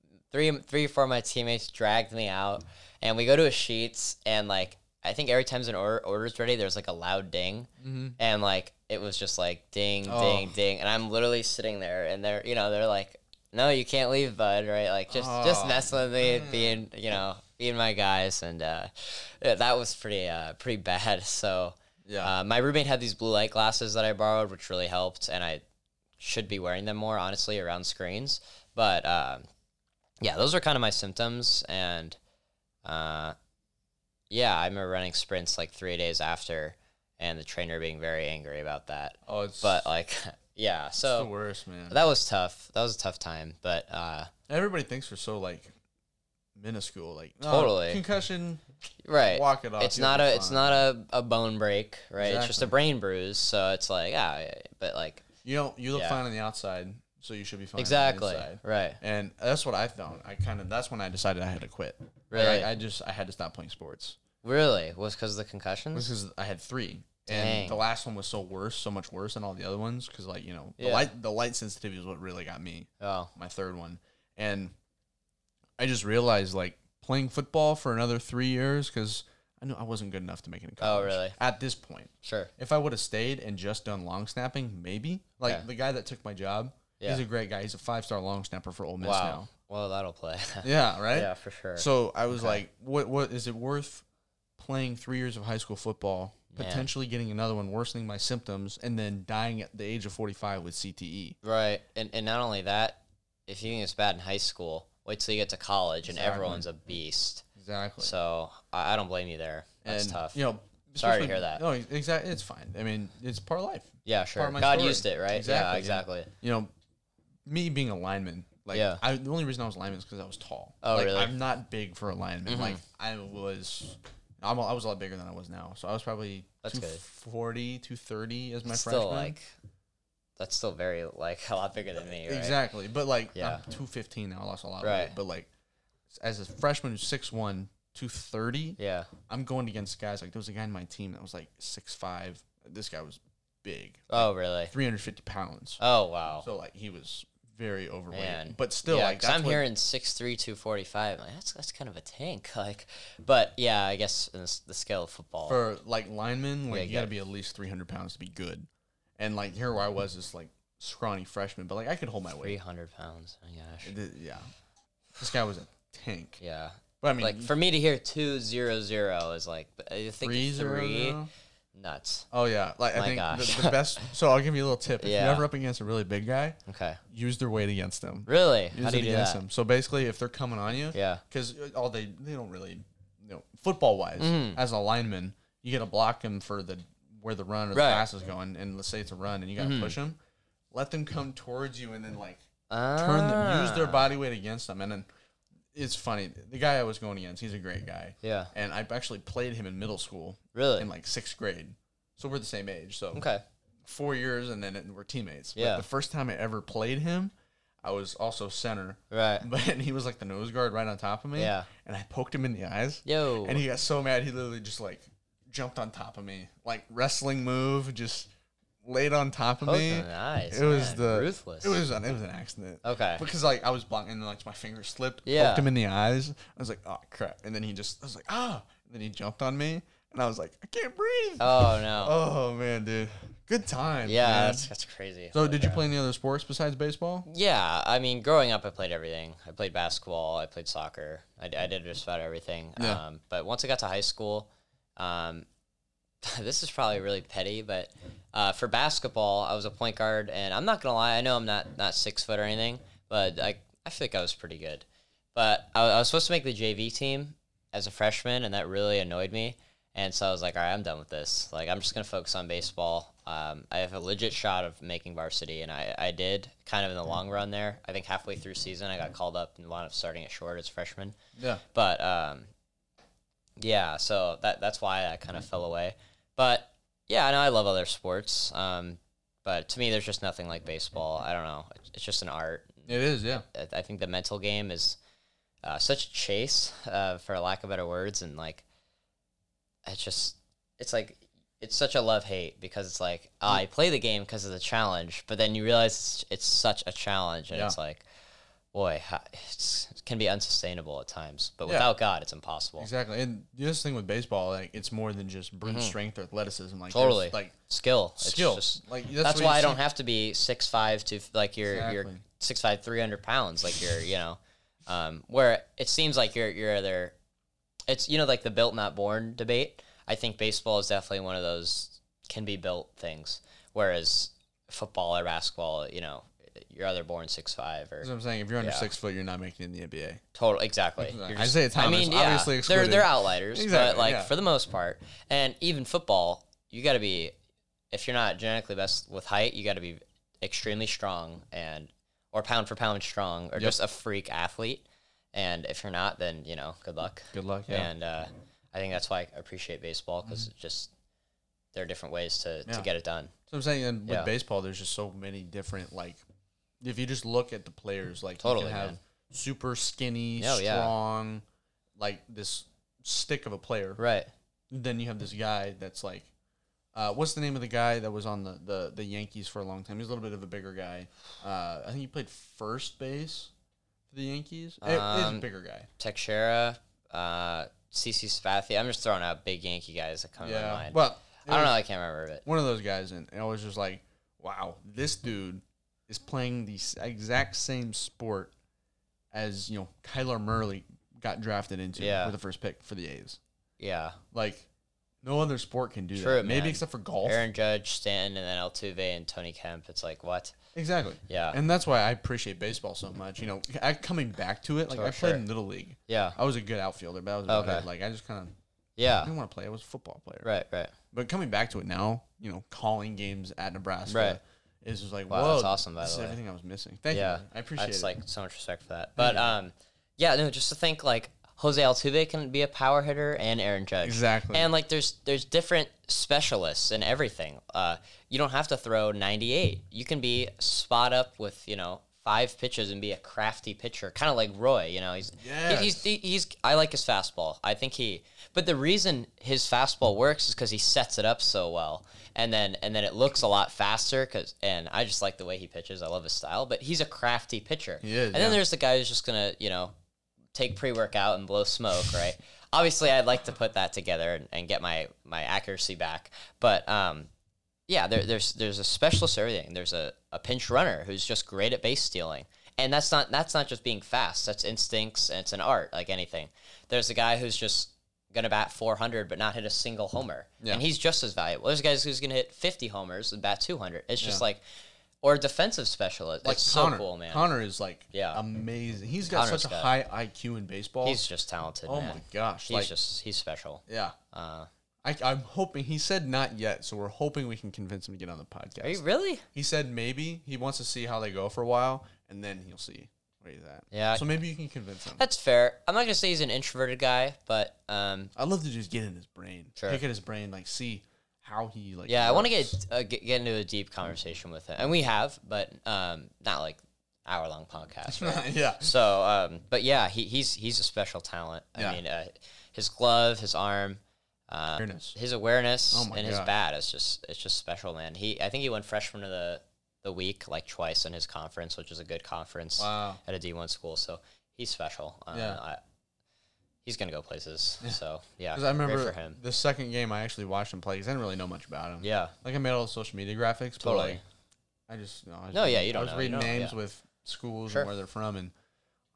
[SPEAKER 2] three three or four of my teammates dragged me out, and we go to a sheets, and like I think every time an order order's ready, there's like a loud ding, and like it was just like ding, ding, ding, and I'm literally sitting there, and they're
[SPEAKER 1] Oh. Mm.
[SPEAKER 2] you know they're like. No, you can't leave, bud. Right? Like just, just messing with me, being, you know, me and my guys, and uh, yeah, that was pretty uh, pretty bad. So
[SPEAKER 1] Yeah.
[SPEAKER 2] uh, my roommate had these blue light glasses that I borrowed, which really helped, and I should be wearing them more honestly around screens. But um yeah, those were kind of my symptoms, and uh, yeah, I remember running sprints like three days after, and the trainer being very angry about that.
[SPEAKER 1] Oh, it's
[SPEAKER 2] But like, yeah,
[SPEAKER 1] it's the
[SPEAKER 2] so
[SPEAKER 1] worst, man.
[SPEAKER 2] that was tough. That was a tough time, but uh,
[SPEAKER 1] Everybody thinks we're so like minuscule, like no,
[SPEAKER 2] Totally.
[SPEAKER 1] concussion.
[SPEAKER 2] right,
[SPEAKER 1] Walk it off,
[SPEAKER 2] It's
[SPEAKER 1] you'll
[SPEAKER 2] not
[SPEAKER 1] be
[SPEAKER 2] a it's
[SPEAKER 1] fine.
[SPEAKER 2] not a, a bone break, right? It's just a
[SPEAKER 1] Exactly.
[SPEAKER 2] brain bruise. So it's like ah, yeah, but like
[SPEAKER 1] You don't. You look
[SPEAKER 2] Yeah.
[SPEAKER 1] fine on the outside, so you should be fine. On
[SPEAKER 2] exactly
[SPEAKER 1] the inside.
[SPEAKER 2] right.
[SPEAKER 1] And that's what I found. I kind of that's when I decided I had to quit. Like,
[SPEAKER 2] Really?
[SPEAKER 1] I, I just I had to stop playing sports
[SPEAKER 2] Really was because of the concussions.
[SPEAKER 1] because I had three,
[SPEAKER 2] Dang.
[SPEAKER 1] and the last one was so worse, so much worse than all the other ones. Because like you know, the
[SPEAKER 2] Yeah.
[SPEAKER 1] light the light sensitivity is what really got me.
[SPEAKER 2] Oh
[SPEAKER 1] my third one. And I just realized like playing football for another three years because I knew I wasn't good enough to make it in college.
[SPEAKER 2] Oh, really?
[SPEAKER 1] At this point,
[SPEAKER 2] sure,
[SPEAKER 1] if I would have stayed and just done long snapping, maybe like
[SPEAKER 2] Yeah.
[SPEAKER 1] the guy that took my job,
[SPEAKER 2] Yeah.
[SPEAKER 1] he's a great guy. He's a five star long snapper for Ole Miss
[SPEAKER 2] wow. Well, that'll play.
[SPEAKER 1] now. Yeah, right.
[SPEAKER 2] yeah, for sure.
[SPEAKER 1] So I was like, what? What is it worth playing three years of high school football? Potentially getting another one, worsening my symptoms, and then dying at the age of forty five with E? CTE.
[SPEAKER 2] Right, and and not only that, if you think it's bad in high school, wait till you get to college and
[SPEAKER 1] Exactly.
[SPEAKER 2] everyone's a beast.
[SPEAKER 1] Exactly.
[SPEAKER 2] So I, I don't blame you there. That's
[SPEAKER 1] and,
[SPEAKER 2] tough.
[SPEAKER 1] You know,
[SPEAKER 2] Sorry to
[SPEAKER 1] especially-
[SPEAKER 2] hear that.
[SPEAKER 1] No, exactly. It's fine. I mean, it's part of life.
[SPEAKER 2] yeah, sure.
[SPEAKER 1] of my
[SPEAKER 2] God
[SPEAKER 1] story.
[SPEAKER 2] used it, right?
[SPEAKER 1] Exactly,
[SPEAKER 2] yeah,
[SPEAKER 1] yeah.
[SPEAKER 2] exactly.
[SPEAKER 1] You know, me being a lineman, like
[SPEAKER 2] Yeah.
[SPEAKER 1] I, the only reason I was a lineman is because I was tall.
[SPEAKER 2] Oh,
[SPEAKER 1] like,
[SPEAKER 2] really? Mm-hmm.
[SPEAKER 1] I'm not big for a lineman. Like I was, I'm, a- I was a lot bigger than I was now. So I was probably
[SPEAKER 2] That's good.
[SPEAKER 1] 240, 230 as my
[SPEAKER 2] It's
[SPEAKER 1] freshman.
[SPEAKER 2] still like that's still very like a lot bigger than me, right?
[SPEAKER 1] Exactly. But like
[SPEAKER 2] Yeah.
[SPEAKER 1] I'm 215 now. I lost a lot
[SPEAKER 2] Right.
[SPEAKER 1] of weight. But like as a freshman who's 6'1", 230,
[SPEAKER 2] Yeah.
[SPEAKER 1] I'm going against guys like there was a guy in my team that was like 6'5". This guy was big.
[SPEAKER 2] Oh really?
[SPEAKER 1] 350 pounds.
[SPEAKER 2] Oh wow.
[SPEAKER 1] So like he was very overweight,
[SPEAKER 2] Man.
[SPEAKER 1] but still
[SPEAKER 2] yeah,
[SPEAKER 1] like
[SPEAKER 2] 'cause
[SPEAKER 1] that's
[SPEAKER 2] I'm
[SPEAKER 1] what-
[SPEAKER 2] hearing six three two forty five. Like, that's that's kind of a tank. Like, but yeah, I guess in this, the scale of football.
[SPEAKER 1] for like linemen, like
[SPEAKER 2] Yeah,
[SPEAKER 1] you
[SPEAKER 2] yeah.
[SPEAKER 1] got to be at least 300 pounds to be good. And like here where I was, this like scrawny freshman, but like I could hold my
[SPEAKER 2] Three
[SPEAKER 1] weight.
[SPEAKER 2] hundred pounds. Oh my gosh.
[SPEAKER 1] Th- yeah, this guy was a tank.
[SPEAKER 2] Yeah.
[SPEAKER 1] But I mean,
[SPEAKER 2] Like for me to hear two zero zero is like I think
[SPEAKER 1] three
[SPEAKER 2] three,
[SPEAKER 1] zero zero?
[SPEAKER 2] nuts.
[SPEAKER 1] Oh yeah, like
[SPEAKER 2] My
[SPEAKER 1] I think
[SPEAKER 2] gosh.
[SPEAKER 1] the, the best. So I'll give you a little tip. If
[SPEAKER 2] Yeah.
[SPEAKER 1] you're ever up against a really big guy,
[SPEAKER 2] Okay.
[SPEAKER 1] use their weight against them.
[SPEAKER 2] Really?
[SPEAKER 1] Use
[SPEAKER 2] How do
[SPEAKER 1] it
[SPEAKER 2] you do
[SPEAKER 1] against
[SPEAKER 2] that?
[SPEAKER 1] them. So basically, if they're coming on you,
[SPEAKER 2] Yeah.
[SPEAKER 1] because uh, all they they don't really, you know, football wise,
[SPEAKER 2] Mm-hmm.
[SPEAKER 1] as a lineman, you got to block them for the where the run or the
[SPEAKER 2] Right. Mm-hmm.
[SPEAKER 1] pass is going, and let's say it's a run, and you got to push them, let them come towards you, and then like
[SPEAKER 2] Ah,
[SPEAKER 1] turn them, use their body weight against them, and then it's funny. The guy I was going against, he's a great guy,
[SPEAKER 2] Yeah.
[SPEAKER 1] and I actually played him in middle school,
[SPEAKER 2] Really?
[SPEAKER 1] in like sixth grade, so we're the same age, so
[SPEAKER 2] Okay.
[SPEAKER 1] four years and then it- we're teammates. But
[SPEAKER 2] Yeah.
[SPEAKER 1] the first time I ever played him, I was also center.
[SPEAKER 2] Right.
[SPEAKER 1] But and he was like the nose guard right on top of me.
[SPEAKER 2] Yeah.
[SPEAKER 1] And I poked him in the eyes.
[SPEAKER 2] Yo.
[SPEAKER 1] And he got so mad he literally just like jumped on top of me. Like wrestling move, just laid on top of
[SPEAKER 2] Both
[SPEAKER 1] me.
[SPEAKER 2] in the eyes,
[SPEAKER 1] It was
[SPEAKER 2] Oh, man.
[SPEAKER 1] the
[SPEAKER 2] Ruthless.
[SPEAKER 1] It was an it was an accident.
[SPEAKER 2] Okay.
[SPEAKER 1] Because like I was blocking and like my finger slipped,
[SPEAKER 2] Yeah.
[SPEAKER 1] poked him in the eyes. I was like, oh crap. And then he just I was like, ah. And then he jumped on me and I was like, I can't breathe.
[SPEAKER 2] Oh no.
[SPEAKER 1] Oh man, dude, good time.
[SPEAKER 2] yeah,
[SPEAKER 1] man.
[SPEAKER 2] that's that's crazy.
[SPEAKER 1] So, did you play any other sports besides baseball?
[SPEAKER 2] Yeah, I mean, growing up, I played everything. I played basketball. I played soccer. I, d- I did just about everything.
[SPEAKER 1] Yeah.
[SPEAKER 2] Um, but once I got to high school, um, this is probably really petty, but uh, for basketball, I was a point guard, and I'm not gonna lie. I know I'm not not six foot or anything, but I I feel like I was pretty good. But I, I was supposed to make the JV team as a freshman, and that really annoyed me. And so I was like, all right, I'm done with this. Like, I'm just gonna focus on baseball. Um, I have a legit shot of making varsity, and I, I did kind of in the long run there. I think halfway through season, I got called up and wound up starting at short as a freshman.
[SPEAKER 1] Yeah.
[SPEAKER 2] But um, yeah, so that that's why I kind of fell away. But yeah, I know I love other sports. Um, but to me, there's just nothing like baseball. I don't know. It's- It's just an art.
[SPEAKER 1] It is, yeah.
[SPEAKER 2] I- I think the mental game is uh, such a chase, uh, for lack of better words, and like it's just it's like it's such a love hate because it's like ah, I play the game because of the challenge, but then you realize it's, it's such a challenge, and
[SPEAKER 1] Yeah.
[SPEAKER 2] it's like boy, ha- it's, it can be unsustainable at times. But
[SPEAKER 1] Yeah.
[SPEAKER 2] without God, it's impossible.
[SPEAKER 1] Exactly. And the other thing with baseball, like, it's more than just brute strength or athleticism. Like, there's,
[SPEAKER 2] Mm-hmm. Totally,
[SPEAKER 1] like
[SPEAKER 2] skill, It's
[SPEAKER 1] skill.
[SPEAKER 2] just-
[SPEAKER 1] like
[SPEAKER 2] that's
[SPEAKER 1] what
[SPEAKER 2] why
[SPEAKER 1] you
[SPEAKER 2] I don't
[SPEAKER 1] see-
[SPEAKER 2] have to be six five to like you're you're
[SPEAKER 1] Exactly.
[SPEAKER 2] six five three hundred pounds like you're you know, um, where it seems like your your other it's you know like the built not born debate. I think baseball is definitely one of those can be built things, whereas football or basketball, you know, you're either born six five or
[SPEAKER 1] That's what I'm saying. If you're under
[SPEAKER 2] Yeah.
[SPEAKER 1] six foot, you're not making it in the NBA.
[SPEAKER 2] Total, exactly.
[SPEAKER 1] Exactly.
[SPEAKER 2] You're just-
[SPEAKER 1] Isaiah Thomas, obviously
[SPEAKER 2] they're
[SPEAKER 1] excluded.
[SPEAKER 2] they're outliers, but
[SPEAKER 1] Exactly,
[SPEAKER 2] like
[SPEAKER 1] yeah.
[SPEAKER 2] for the most part, and even football, you got to be if you're not genetically best with height, you got to be extremely strong and or pound for pound strong or just a freak athlete. And if you're not, then you know, good luck.
[SPEAKER 1] Good luck, yeah. Mm-hmm.
[SPEAKER 2] And uh, I think that's why I appreciate baseball because it's just there are different ways to,
[SPEAKER 1] Yeah.
[SPEAKER 2] to get it done.
[SPEAKER 1] So I'm saying, and with
[SPEAKER 2] Yeah.
[SPEAKER 1] baseball, there's just so many different like. If you just look at the players, like
[SPEAKER 2] Totally,
[SPEAKER 1] you can have
[SPEAKER 2] man.
[SPEAKER 1] super skinny,
[SPEAKER 2] No, yeah.
[SPEAKER 1] strong, like this stick of a player.
[SPEAKER 2] Right.
[SPEAKER 1] Then you have this guy that's like, uh, what's the name of the guy that was on the, the the Yankees for a long time? He's a little bit of a bigger guy. Uh, I think he played first base for the Yankees. It- he's a
[SPEAKER 2] Um,
[SPEAKER 1] bigger guy.
[SPEAKER 2] Teixeira, uh, CC Sabathia. I'm just throwing out big Yankee guys that come to
[SPEAKER 1] Yeah.
[SPEAKER 2] mind.
[SPEAKER 1] Well,
[SPEAKER 2] I don't know. I can't remember it.
[SPEAKER 1] one of those guys, and and I was just like, wow, this dude is playing the s- exact same sport as you know Kyler Murray got drafted into
[SPEAKER 2] Yeah.
[SPEAKER 1] with the first pick for the A's.
[SPEAKER 2] Yeah.
[SPEAKER 1] Like, no other sport can do
[SPEAKER 2] True,
[SPEAKER 1] that. Maybe
[SPEAKER 2] man.
[SPEAKER 1] except for golf.
[SPEAKER 2] Aaron Judge, Stanton, and then Altuve and Tony Kemp. It's like what?
[SPEAKER 1] Exactly.
[SPEAKER 2] Yeah.
[SPEAKER 1] And that's why I appreciate baseball so much. You know, I, coming back to it, like
[SPEAKER 2] For
[SPEAKER 1] I played
[SPEAKER 2] sure.
[SPEAKER 1] in little league.
[SPEAKER 2] Yeah.
[SPEAKER 1] I was a good outfielder, but I was about
[SPEAKER 2] Okay.
[SPEAKER 1] it. like I just kind of
[SPEAKER 2] Yeah.
[SPEAKER 1] didn't want to play. I was a football player.
[SPEAKER 2] Right. Right.
[SPEAKER 1] But coming back to it now, you know, calling games at Nebraska
[SPEAKER 2] Right.
[SPEAKER 1] is just like,
[SPEAKER 2] Wow,
[SPEAKER 1] whoa,
[SPEAKER 2] that's awesome, by
[SPEAKER 1] this
[SPEAKER 2] the
[SPEAKER 1] is
[SPEAKER 2] way.
[SPEAKER 1] everything I was missing. Thank
[SPEAKER 2] Yeah.
[SPEAKER 1] you. man. I appreciate
[SPEAKER 2] That's
[SPEAKER 1] it.
[SPEAKER 2] like so much respect for that. But um, yeah. No, just to think like Jose Altuve can be a power hitter and Aaron Judge.
[SPEAKER 1] Exactly.
[SPEAKER 2] And like there's there's different specialists in everything. Uh, you don't have to throw 98. You can be spot up with you know. Five pitches and be a crafty pitcher, kind of like Roy. You know, he's
[SPEAKER 1] Yes.
[SPEAKER 2] he's he's, he's I like his fastball. I think he but the reason his fastball works is cuz he sets it up so well. And then and then it looks a lot faster cuz and I just like the way he pitches. I love his style, but he's a crafty pitcher.
[SPEAKER 1] He is,
[SPEAKER 2] and then
[SPEAKER 1] yeah.
[SPEAKER 2] there's the guy who's just going to, you know, take pre-workout and blow smoke, right? Obviously, I'd like to put that together and, and get my my accuracy back, but um yeah, there, there's there's a specialist for everything. There's a, a pinch runner who's just great at base stealing, and that's not that's not just being fast. That's instincts and it's an art like anything. There's a guy who's just gonna bat 400 but not hit a single homer, and he's just as valuable. There's guys who's gonna hit 50 homers and bat 200. It's just like or a defensive specialist. Like it's
[SPEAKER 1] Connor.
[SPEAKER 2] so cool, man.
[SPEAKER 1] Connor is like
[SPEAKER 2] Yeah.
[SPEAKER 1] amazing. He's got
[SPEAKER 2] Connor's
[SPEAKER 1] such a
[SPEAKER 2] got-
[SPEAKER 1] high IQ in baseball.
[SPEAKER 2] he's just talented.
[SPEAKER 1] oh
[SPEAKER 2] man.
[SPEAKER 1] my gosh.
[SPEAKER 2] He's
[SPEAKER 1] like,
[SPEAKER 2] just uh, he's special.
[SPEAKER 1] yeah. I, I'm hoping he said not yet, so we're hoping we can convince him to get on the podcast.
[SPEAKER 2] Are you really?
[SPEAKER 1] He said maybe he wants to see how they go for a while, and then he'll see where he's at.
[SPEAKER 2] Yeah.
[SPEAKER 1] So maybe you can convince him.
[SPEAKER 2] That's fair. I'm not gonna say he's an introverted guy, but um,
[SPEAKER 1] I'd love to just get in his brain,
[SPEAKER 2] Sure.
[SPEAKER 1] pick at his brain, like see how he like.
[SPEAKER 2] Yeah, I want to
[SPEAKER 1] works.
[SPEAKER 2] get, uh, get get into a deep conversation with him, and we have, but um, not like hour long podcast. Right?
[SPEAKER 1] yeah.
[SPEAKER 2] so, um, but yeah, he, he's he's a special talent. I
[SPEAKER 1] Yeah.
[SPEAKER 2] mean, uh, his glove, his arm, uh,
[SPEAKER 1] Awareness.
[SPEAKER 2] his awareness,
[SPEAKER 1] Oh my
[SPEAKER 2] and his
[SPEAKER 1] God.
[SPEAKER 2] bat is just it's just special, man. He I think he won freshman of the the week like twice in his conference, which is a good conference
[SPEAKER 1] Wow.
[SPEAKER 2] at a D one school. So he's special. Uh,
[SPEAKER 1] Yeah.
[SPEAKER 2] I, he's gonna go places. So yeah,
[SPEAKER 1] Because I
[SPEAKER 2] great
[SPEAKER 1] remember
[SPEAKER 2] for him.
[SPEAKER 1] the second game I actually watched him play. 'cause I didn't really know much about him.
[SPEAKER 2] Yeah.
[SPEAKER 1] Like I made all the social media graphics, but
[SPEAKER 2] Totally.
[SPEAKER 1] like I just no. I was
[SPEAKER 2] No, yeah, you
[SPEAKER 1] I
[SPEAKER 2] don't
[SPEAKER 1] was
[SPEAKER 2] know, you
[SPEAKER 1] reading
[SPEAKER 2] don't know,
[SPEAKER 1] names
[SPEAKER 2] yeah.
[SPEAKER 1] with schools
[SPEAKER 2] Sure.
[SPEAKER 1] and where they're from, and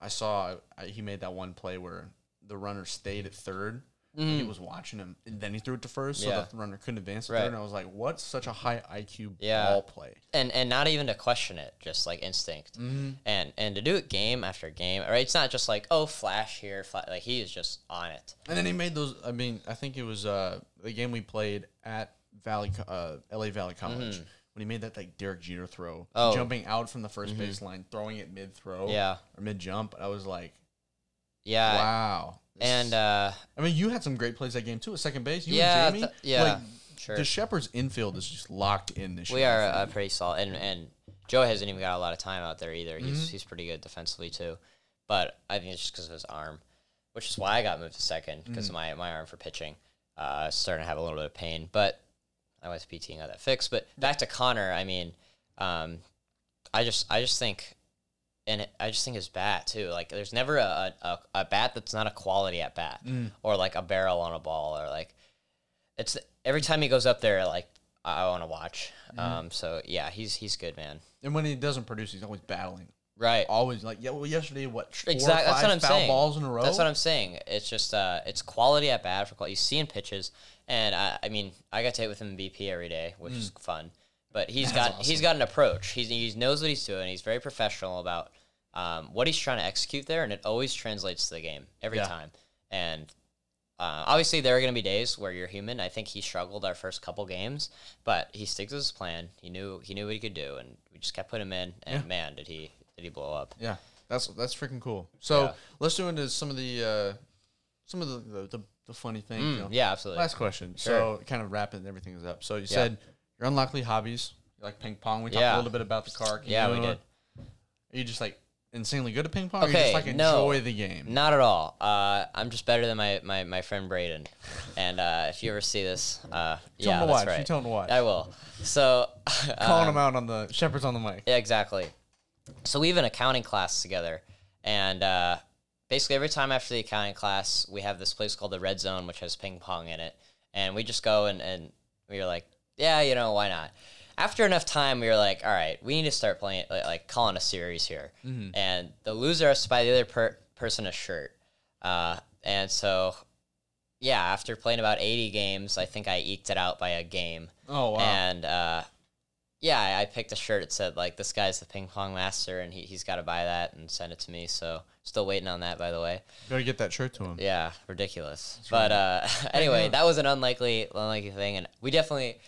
[SPEAKER 1] I saw I, he made that one play where the runner stayed at third. and He was watching him, and then he threw it to first, so
[SPEAKER 2] Mm-hmm. Yeah.
[SPEAKER 1] that the runner couldn't advance to
[SPEAKER 2] Right.
[SPEAKER 1] third. And I was like, "What's such a high IQ
[SPEAKER 2] Yeah.
[SPEAKER 1] ball play?"
[SPEAKER 2] and and not even to question it, just like instinct,
[SPEAKER 1] Mm-hmm.
[SPEAKER 2] and and to do it game after game. Right? It's not just like oh flash here, flash. like he is just on it.
[SPEAKER 1] And then he made those. I mean, I think it was uh, the game we played at Valley, Co- uh, LA Valley College, when he made that like Derek Jeter throw,
[SPEAKER 2] Mm-hmm. Oh.
[SPEAKER 1] jumping out from the 1st baseline, throwing it mid throw,
[SPEAKER 2] Yeah.
[SPEAKER 1] or mid jump. I was like,
[SPEAKER 2] Yeah,
[SPEAKER 1] wow. This-
[SPEAKER 2] and uh,
[SPEAKER 1] I mean, you had some great plays that game too. At second base, you
[SPEAKER 2] Yeah,
[SPEAKER 1] and Jamie,
[SPEAKER 2] th- yeah,
[SPEAKER 1] like,
[SPEAKER 2] sure.
[SPEAKER 1] The Shepherd's infield is just locked in this
[SPEAKER 2] we
[SPEAKER 1] year.
[SPEAKER 2] are uh, pretty solid, and and Joe hasn't even got a lot of time out there either. He's he's pretty good defensively too, but I think it's just because of his arm, which is why I got moved to second because my my arm for pitching uh is starting to have a little bit of pain, but I went to PT and got that fixed. But back to Connor, I mean, um, I just I just think and it, I just think his bat too. Like, there's never a, a, a- a bat that's not a quality at bat, or like a barrel on a ball, or like it's every time he goes up there, like I want to watch. Um, so yeah, he's he's good, man.
[SPEAKER 1] And when he doesn't produce, he's always battling.
[SPEAKER 2] Right.
[SPEAKER 1] Always like yeah. Well, yesterday what? Four
[SPEAKER 2] Exactly.
[SPEAKER 1] Or five
[SPEAKER 2] That's what I'm
[SPEAKER 1] foul
[SPEAKER 2] saying.
[SPEAKER 1] Balls in a row.
[SPEAKER 2] That's what I'm saying. It's just uh, it's quality at bat for quality. You see in pitches, and I, I mean, I got to hit with him BP every day, which is fun. But he's got he's got an approach. He's, he knows what he's doing. He's very professional about um, what he's trying to execute there, and it always translates to the game every
[SPEAKER 1] Yeah.
[SPEAKER 2] time. And uh, obviously, there are going to be days where you're human. I think he struggled our first couple games, but he sticks to his plan. He knew he knew what he could do, and we just kept putting him in. And man, did he did he blow up?
[SPEAKER 1] Yeah, that's that's freaking cool. So
[SPEAKER 2] Yeah.
[SPEAKER 1] let's do into some of the uh, some of the the, the, the funny things. you know.
[SPEAKER 2] Yeah, absolutely.
[SPEAKER 1] Last question. So kind of wrapping everything is up. So you said your unlikely hobbies, you like ping pong. We talked a
[SPEAKER 2] Yeah.
[SPEAKER 1] little bit about the car.
[SPEAKER 2] Yeah, we
[SPEAKER 1] canoe.
[SPEAKER 2] did.
[SPEAKER 1] Are you just like insanely good at ping pong? or you
[SPEAKER 2] Okay,
[SPEAKER 1] just like
[SPEAKER 2] no.
[SPEAKER 1] enjoy the game.
[SPEAKER 2] Not at all. Uh, I'm just better than my, my, my friend Braden. And uh, if you ever see this, uh, yeah,
[SPEAKER 1] him to
[SPEAKER 2] that's
[SPEAKER 1] watch. You
[SPEAKER 2] right.
[SPEAKER 1] tell him to watch.
[SPEAKER 2] I um, will. So,
[SPEAKER 1] Calling them out on the shepherds on the mic.
[SPEAKER 2] yeah, exactly. So we have an accounting class together, and uh, basically every time after the accounting class, we have this place called the Red Zone, which has ping pong in it, and we just go and, and we were like, yeah, you know, why not? After enough time, we were like, all right, we need to start playing, like, like calling a series here, and the loser has to buy the other per- person a shirt, uh, and so. Yeah, after playing about 80 games, I think I eked it out by a game.
[SPEAKER 1] Oh wow.
[SPEAKER 2] And uh, yeah, I- I picked a shirt that said like this guy's the ping pong master, and he he's got to buy that and send it to me. So still waiting on that, by the way.
[SPEAKER 1] Better get that shirt to him.
[SPEAKER 2] Yeah, ridiculous. but uh, anyway, that was an unlikely unlikely thing, and we definitely,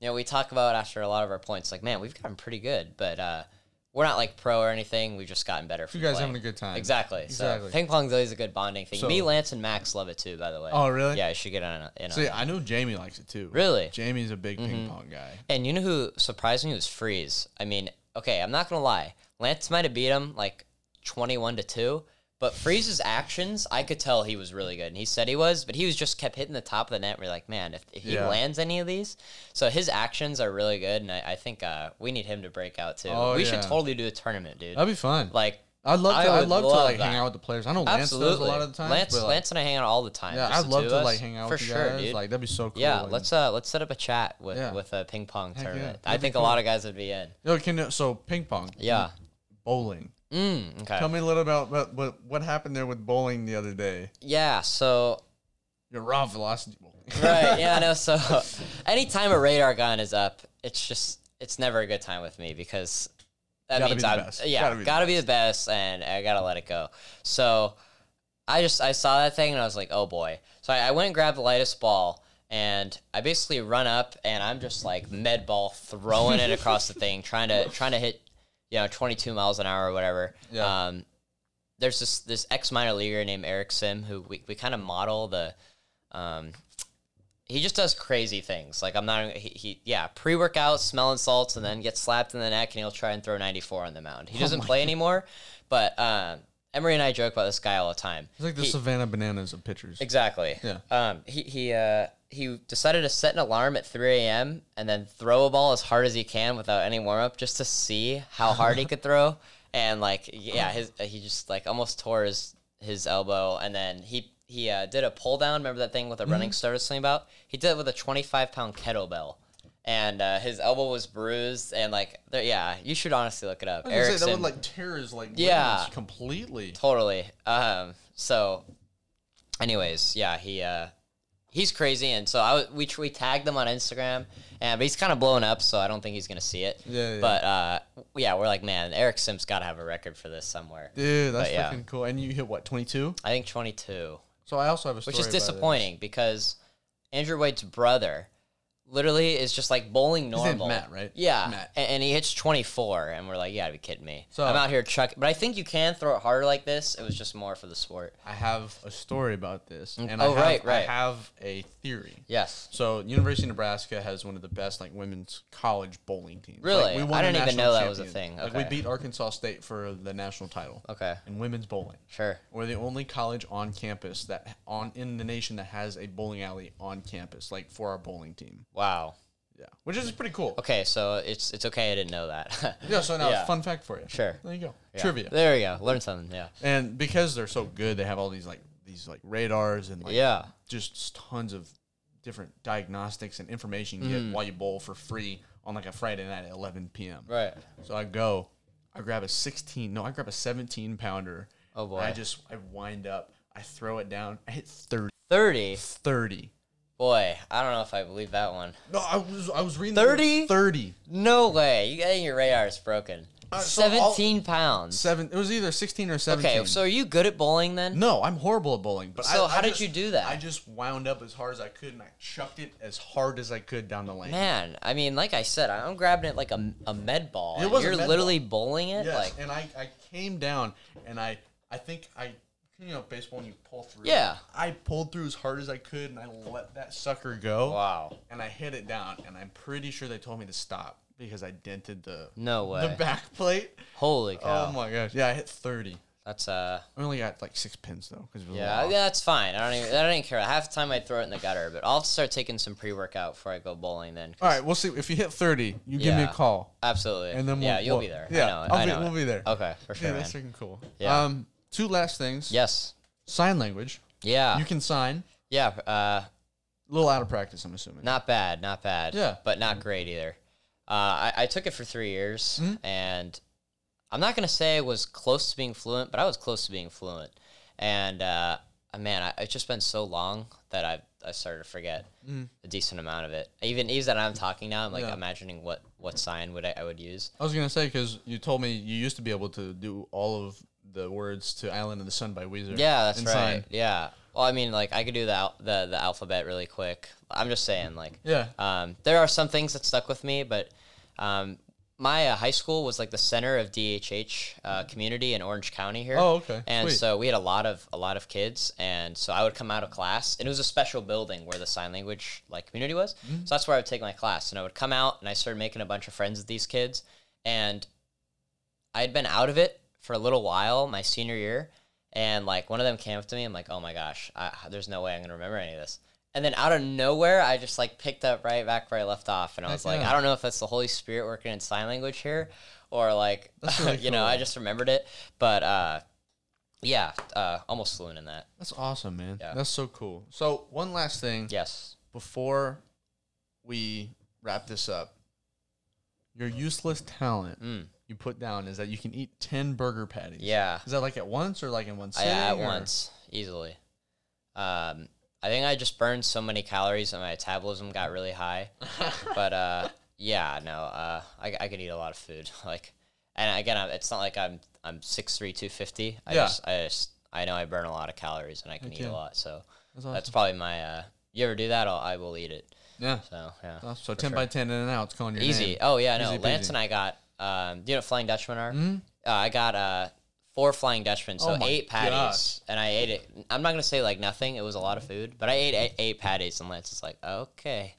[SPEAKER 2] you know, we talk about after a lot of our points, like man, we've gotten pretty good, but uh, we're not like pro or anything. We've just gotten better.
[SPEAKER 1] You guys having a good time.
[SPEAKER 2] Exactly.
[SPEAKER 1] Exactly.
[SPEAKER 2] So ping pong's always a good bonding thing.
[SPEAKER 1] So-
[SPEAKER 2] me, Lance, and Max love it too. By the way.
[SPEAKER 1] Oh, really?
[SPEAKER 2] Yeah, I should get on. In on
[SPEAKER 1] See, I know Jamie likes it too.
[SPEAKER 2] Really? Mm-hmm.
[SPEAKER 1] Jamie's a big ping pong guy.
[SPEAKER 2] And you know who surprised me was Freeze. I mean, okay, I'm not gonna lie. Lance might have beat him like 21 to two, but Freeze's actions, I could tell he was really good, and he said he was, but he was just kept hitting the top of the net. We're like, man, if, if he
[SPEAKER 1] Yeah.
[SPEAKER 2] lands any of these, so his actions are really good, and I, I think uh, we need him to break out too.
[SPEAKER 1] Oh,
[SPEAKER 2] we
[SPEAKER 1] yeah.
[SPEAKER 2] should totally do a tournament, dude.
[SPEAKER 1] That'd be fun.
[SPEAKER 2] like,
[SPEAKER 1] I'd love
[SPEAKER 2] I
[SPEAKER 1] to. I'd
[SPEAKER 2] would
[SPEAKER 1] love, to
[SPEAKER 2] love
[SPEAKER 1] like hang
[SPEAKER 2] that.
[SPEAKER 1] out with the players. I know Lance
[SPEAKER 2] absolutely,
[SPEAKER 1] does a lot of the time.
[SPEAKER 2] Lance,
[SPEAKER 1] but, like,
[SPEAKER 2] Lance and I hang out all the time.
[SPEAKER 1] Yeah,
[SPEAKER 2] just
[SPEAKER 1] I'd
[SPEAKER 2] the
[SPEAKER 1] love
[SPEAKER 2] two
[SPEAKER 1] to
[SPEAKER 2] of
[SPEAKER 1] like
[SPEAKER 2] us.
[SPEAKER 1] hang out
[SPEAKER 2] for
[SPEAKER 1] with you
[SPEAKER 2] sure,
[SPEAKER 1] guys.
[SPEAKER 2] dude.
[SPEAKER 1] Like that'd be so cool.
[SPEAKER 2] yeah,
[SPEAKER 1] and-
[SPEAKER 2] let's uh let's set up a chat with
[SPEAKER 1] Yeah.
[SPEAKER 2] with a ping pong
[SPEAKER 1] yeah,
[SPEAKER 2] tournament. I
[SPEAKER 1] that'd be
[SPEAKER 2] think a lot of guys would be in.
[SPEAKER 1] No, can you- so ping pong,
[SPEAKER 2] Yeah.
[SPEAKER 1] bowling.
[SPEAKER 2] Mm, okay.
[SPEAKER 1] Tell me a little about what, what what happened there with bowling the other day.
[SPEAKER 2] Yeah. So
[SPEAKER 1] Your raw velocity bowling.
[SPEAKER 2] right. Yeah. No. So anytime a radar gun is up, it's just it's never a good time with me because that
[SPEAKER 1] Gotta be
[SPEAKER 2] means
[SPEAKER 1] the
[SPEAKER 2] I'm
[SPEAKER 1] best.
[SPEAKER 2] yeah
[SPEAKER 1] Gotta be the
[SPEAKER 2] gotta be the best and I gotta let it go. So I just I saw that thing and I was like, oh boy. So I, I went and grabbed the lightest ball and I basically run up and I'm just like med ball throwing it across the thing, trying to trying to hit you know 22 miles an hour or whatever.
[SPEAKER 1] Yeah.
[SPEAKER 2] Um, there's this this ex minor leaguer named Eric Sim who we, we kind of model the. Um, he just does crazy things. Like I'm not he, he yeah pre workout smelling salts and then gets slapped in the neck and he'll try and throw 94 on the mound. He doesn't play anymore, but um, Emery and I joke about this guy all the time.
[SPEAKER 1] It's like the
[SPEAKER 2] He-
[SPEAKER 1] Savannah bananas of pitchers.
[SPEAKER 2] Exactly.
[SPEAKER 1] Yeah.
[SPEAKER 2] Um, he he uh, he decided to set an alarm at 3 a.m. and then throw a ball as hard as he can without any warm up, just to see how hard he could throw. And like, yeah, his uh, he just like almost tore his his elbow, and then he he uh, did a pull down. Remember that thing with a
[SPEAKER 1] Mm-hmm.
[SPEAKER 2] running start or something about? He did it with a 25 pound kettlebell. And uh, his elbow was bruised, and like, there- yeah, you should honestly look it up.
[SPEAKER 1] I was gonna say,
[SPEAKER 2] Erickson,
[SPEAKER 1] that would like tear his like
[SPEAKER 2] Yeah.
[SPEAKER 1] ligaments completely.
[SPEAKER 2] totally um so anyways yeah he uh he's crazy and so i was- we, we tagged him on instagram and but he's kind of blown up so i don't think he's gonna see it
[SPEAKER 1] Yeah, yeah.
[SPEAKER 2] but uh yeah we're like man eric sim's gotta have a record for this somewhere
[SPEAKER 1] Dude, that's
[SPEAKER 2] But, yeah.
[SPEAKER 1] freaking cool. And you hit what twenty two?
[SPEAKER 2] i think 22
[SPEAKER 1] So I also have a story
[SPEAKER 2] which is
[SPEAKER 1] about this.
[SPEAKER 2] disappointing because andrew white's brother literally is just like bowling
[SPEAKER 1] name's
[SPEAKER 2] normal
[SPEAKER 1] Matt, right?
[SPEAKER 2] yeah
[SPEAKER 1] Matt.
[SPEAKER 2] a- And, he hits 24 and we're like you gotta be kidding me
[SPEAKER 1] So-
[SPEAKER 2] i'm out here chuck but i think you can throw it harder like this it was just more for the sport
[SPEAKER 1] I have a story about this, and I
[SPEAKER 2] Oh,
[SPEAKER 1] have,
[SPEAKER 2] right, right.
[SPEAKER 1] I have a theory.
[SPEAKER 2] yes
[SPEAKER 1] So University of Nebraska has one of the best like women's college bowling teams. Like,
[SPEAKER 2] Really? I
[SPEAKER 1] a
[SPEAKER 2] didn't even
[SPEAKER 1] national
[SPEAKER 2] know that was a
[SPEAKER 1] champion.
[SPEAKER 2] thing.
[SPEAKER 1] Like
[SPEAKER 2] Okay.
[SPEAKER 1] we beat Arkansas State for the national title.
[SPEAKER 2] Okay.
[SPEAKER 1] In women's bowling.
[SPEAKER 2] Sure.
[SPEAKER 1] We're the only college on campus that on in the nation that has a bowling alley on campus, like for our bowling team.
[SPEAKER 2] Wow.
[SPEAKER 1] Yeah. Which is pretty cool.
[SPEAKER 2] Okay, so it's it's okay I didn't know that.
[SPEAKER 1] Yeah, so now
[SPEAKER 2] Yeah.
[SPEAKER 1] fun fact for you.
[SPEAKER 2] Sure.
[SPEAKER 1] There you go.
[SPEAKER 2] Yeah.
[SPEAKER 1] Trivia.
[SPEAKER 2] There we go. Learn something. Yeah.
[SPEAKER 1] And because they're so good, they have all these like these like radars and like
[SPEAKER 2] Yeah.
[SPEAKER 1] just tons of different diagnostics and
[SPEAKER 2] Mm-hmm.
[SPEAKER 1] information you get while you bowl for free on like a Friday night at 11 p.m.
[SPEAKER 2] Right.
[SPEAKER 1] So I go, I grab a 16. No, I grab a 17 pounder.
[SPEAKER 2] Oh, boy.
[SPEAKER 1] And I just I wind up. I throw it down. I hit 30.
[SPEAKER 2] 30.
[SPEAKER 1] 30.
[SPEAKER 2] Boy, I don't know if I believe that one.
[SPEAKER 1] No, I was I was reading
[SPEAKER 2] 30?
[SPEAKER 1] 30.
[SPEAKER 2] No way. You got your radar is broken.
[SPEAKER 1] Uh, so I'll-
[SPEAKER 2] 17 pounds.
[SPEAKER 1] Seven. It was either 16 or 17.
[SPEAKER 2] Okay, so are you good at bowling then?
[SPEAKER 1] no, I'm horrible at bowling. But
[SPEAKER 2] So
[SPEAKER 1] I,
[SPEAKER 2] how
[SPEAKER 1] I
[SPEAKER 2] did
[SPEAKER 1] just-
[SPEAKER 2] you do that?
[SPEAKER 1] I just wound up as hard as I could and I chucked it as hard as I could down the lane.
[SPEAKER 2] Man, I mean, like I said, I'm grabbing it like a, a med ball.
[SPEAKER 1] It
[SPEAKER 2] and
[SPEAKER 1] was a
[SPEAKER 2] You're
[SPEAKER 1] med
[SPEAKER 2] literally bowling it?
[SPEAKER 1] Yes,
[SPEAKER 2] like,
[SPEAKER 1] and I, I came down and I I think I you know baseball and you pull through.
[SPEAKER 2] Yeah.
[SPEAKER 1] I pulled through as hard as I could and I let that sucker go.
[SPEAKER 2] wow.
[SPEAKER 1] And I hit it down and I'm pretty sure they told me to stop because I dented the
[SPEAKER 2] No way.
[SPEAKER 1] the back plate.
[SPEAKER 2] Holy cow.
[SPEAKER 1] Oh my gosh! Yeah, I hit thirty.
[SPEAKER 2] That's, uh,
[SPEAKER 1] I only got like six pins though because
[SPEAKER 2] yeah, yeah, that's fine. I don't even, I don't even care. Half the time I'd throw it in the gutter, but I'll start taking some pre workout before I go bowling then. 'cause-
[SPEAKER 1] All right, we'll see if you hit thirty. You give me
[SPEAKER 2] Yeah.
[SPEAKER 1] a call.
[SPEAKER 2] Absolutely.
[SPEAKER 1] And then
[SPEAKER 2] yeah,
[SPEAKER 1] we'll-
[SPEAKER 2] you'll
[SPEAKER 1] we'll-
[SPEAKER 2] be there.
[SPEAKER 1] yeah,
[SPEAKER 2] I know it.
[SPEAKER 1] I'll
[SPEAKER 2] I
[SPEAKER 1] be-
[SPEAKER 2] know it.
[SPEAKER 1] we'll be there.
[SPEAKER 2] Okay, for sure.
[SPEAKER 1] Yeah, that's
[SPEAKER 2] man.
[SPEAKER 1] freaking cool.
[SPEAKER 2] Yeah.
[SPEAKER 1] Um, two last things.
[SPEAKER 2] Yes.
[SPEAKER 1] Sign language.
[SPEAKER 2] Yeah.
[SPEAKER 1] You can sign.
[SPEAKER 2] yeah. Uh,
[SPEAKER 1] A little out of practice, I'm assuming.
[SPEAKER 2] not bad. Not bad.
[SPEAKER 1] Yeah.
[SPEAKER 2] But not great either. Uh, I, I took it for three years,
[SPEAKER 1] Mm-hmm.
[SPEAKER 2] and I'm not gonna say I was close to being fluent, but I was close to being fluent. And uh, man, I, it's just been so long that I I started to forget a decent amount of it. Even even that I'm talking now, I'm like
[SPEAKER 1] Mm. Yeah.
[SPEAKER 2] imagining what what sign would I, I would use.
[SPEAKER 1] I was gonna say because you told me you used to be able to do all of the words to "Island in the Sun" by Weezer.
[SPEAKER 2] Yeah, that's
[SPEAKER 1] and
[SPEAKER 2] right.
[SPEAKER 1] sign.
[SPEAKER 2] Yeah. Well, I mean, like I could do the, al- the the alphabet really quick. I'm just saying, like,
[SPEAKER 1] Yeah.
[SPEAKER 2] Um, there are some things that stuck with me, but um, my uh, high school was like the center of DHH uh, community in Orange County here.
[SPEAKER 1] Oh, okay.
[SPEAKER 2] And
[SPEAKER 1] Sweet.
[SPEAKER 2] so we had a lot of a lot of kids, and so I would come out of class, and it was a special building where the sign language like community was.
[SPEAKER 1] Mm-hmm.
[SPEAKER 2] So that's where I would take my class, and I would come out, and I started making a bunch of friends with these kids, and I had been out of it for a little while my senior year, and like one of them came up to me. I'm like, oh my gosh, I, there's no way I'm gonna remember any of this. And then out of nowhere, I just like picked up right back where I left off, and I was
[SPEAKER 1] Heck
[SPEAKER 2] like,
[SPEAKER 1] yeah.
[SPEAKER 2] I don't know if that's the Holy Spirit working in sign language here, or like,
[SPEAKER 1] really
[SPEAKER 2] you know,
[SPEAKER 1] cool.
[SPEAKER 2] I just remembered it. But uh, yeah, uh, almost fluent in that.
[SPEAKER 1] That's awesome, man.
[SPEAKER 2] Yeah.
[SPEAKER 1] That's so cool. So one last thing
[SPEAKER 2] Yes.
[SPEAKER 1] before we wrap this up, your useless talent
[SPEAKER 2] Mm.
[SPEAKER 1] you put down is that you can eat ten burger patties.
[SPEAKER 2] Yeah.
[SPEAKER 1] Is that like at once or like in one
[SPEAKER 2] I,
[SPEAKER 1] sitting?
[SPEAKER 2] Uh, at
[SPEAKER 1] or-
[SPEAKER 2] once, easily. Um, I think I just burned so many calories and my metabolism got really high. but uh, yeah, no, uh, I, I could eat a lot of food. Like, and again, I, it's not like I'm I'm six three two fifty. I
[SPEAKER 1] Yeah.
[SPEAKER 2] just I just I know I burn a lot of calories and I can eat
[SPEAKER 1] yeah.
[SPEAKER 2] a lot. So that's,
[SPEAKER 1] awesome.
[SPEAKER 2] probably my. Uh, you ever do that? I'll, I will eat it.
[SPEAKER 1] Yeah.
[SPEAKER 2] So yeah,
[SPEAKER 1] So,
[SPEAKER 2] for
[SPEAKER 1] ten
[SPEAKER 2] sure.
[SPEAKER 1] by ten in and out. It's calling your
[SPEAKER 2] Easy.
[SPEAKER 1] name.
[SPEAKER 2] Oh yeah, no.
[SPEAKER 1] Easy peasy. Hmm?
[SPEAKER 2] Lance and I got. Um, do you know what Flying Dutchmen are? Uh, I got uh, four Flying Dutchmen, so
[SPEAKER 1] Oh my
[SPEAKER 2] eight patties, and I ate it. I'm not gonna say like nothing. It was a lot of food, but I ate eight, eight patties, and Lance is like, okay.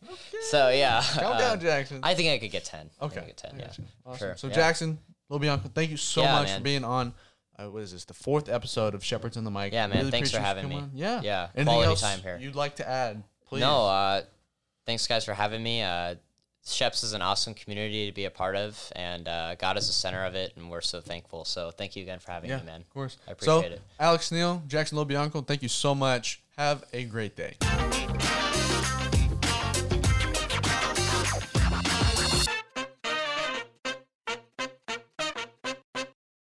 [SPEAKER 2] So yeah,
[SPEAKER 1] Calm down,
[SPEAKER 2] um,
[SPEAKER 1] Jackson.
[SPEAKER 2] I think I could get ten. I
[SPEAKER 1] Okay.
[SPEAKER 2] could get ten.
[SPEAKER 1] I
[SPEAKER 2] Yeah,
[SPEAKER 1] got you.
[SPEAKER 2] For
[SPEAKER 1] Awesome.
[SPEAKER 2] sure,
[SPEAKER 1] So
[SPEAKER 2] yeah.
[SPEAKER 1] Jackson, Lil Bianco, thank you so
[SPEAKER 2] Yeah,
[SPEAKER 1] much
[SPEAKER 2] man.
[SPEAKER 1] for being on. Uh, what is this? The fourth episode of Shepherds on the Mic.
[SPEAKER 2] Yeah, man, thanks for
[SPEAKER 1] appreciate you
[SPEAKER 2] having
[SPEAKER 1] coming
[SPEAKER 2] me.
[SPEAKER 1] on. Yeah.
[SPEAKER 2] Yeah,
[SPEAKER 1] Anything
[SPEAKER 2] quality
[SPEAKER 1] else
[SPEAKER 2] time here.
[SPEAKER 1] You'd like to add? Please.
[SPEAKER 2] No, uh, thanks guys for having me. Uh, Sheps is an awesome community to be a part of, and uh, God is the center of it, and we're so thankful. So thank you again for having
[SPEAKER 1] Yeah,
[SPEAKER 2] me, man.
[SPEAKER 1] of course.
[SPEAKER 2] I appreciate
[SPEAKER 1] so,
[SPEAKER 2] it.
[SPEAKER 1] Alex Neal, Jackson Lil Bianco, thank you so much. Have a great day.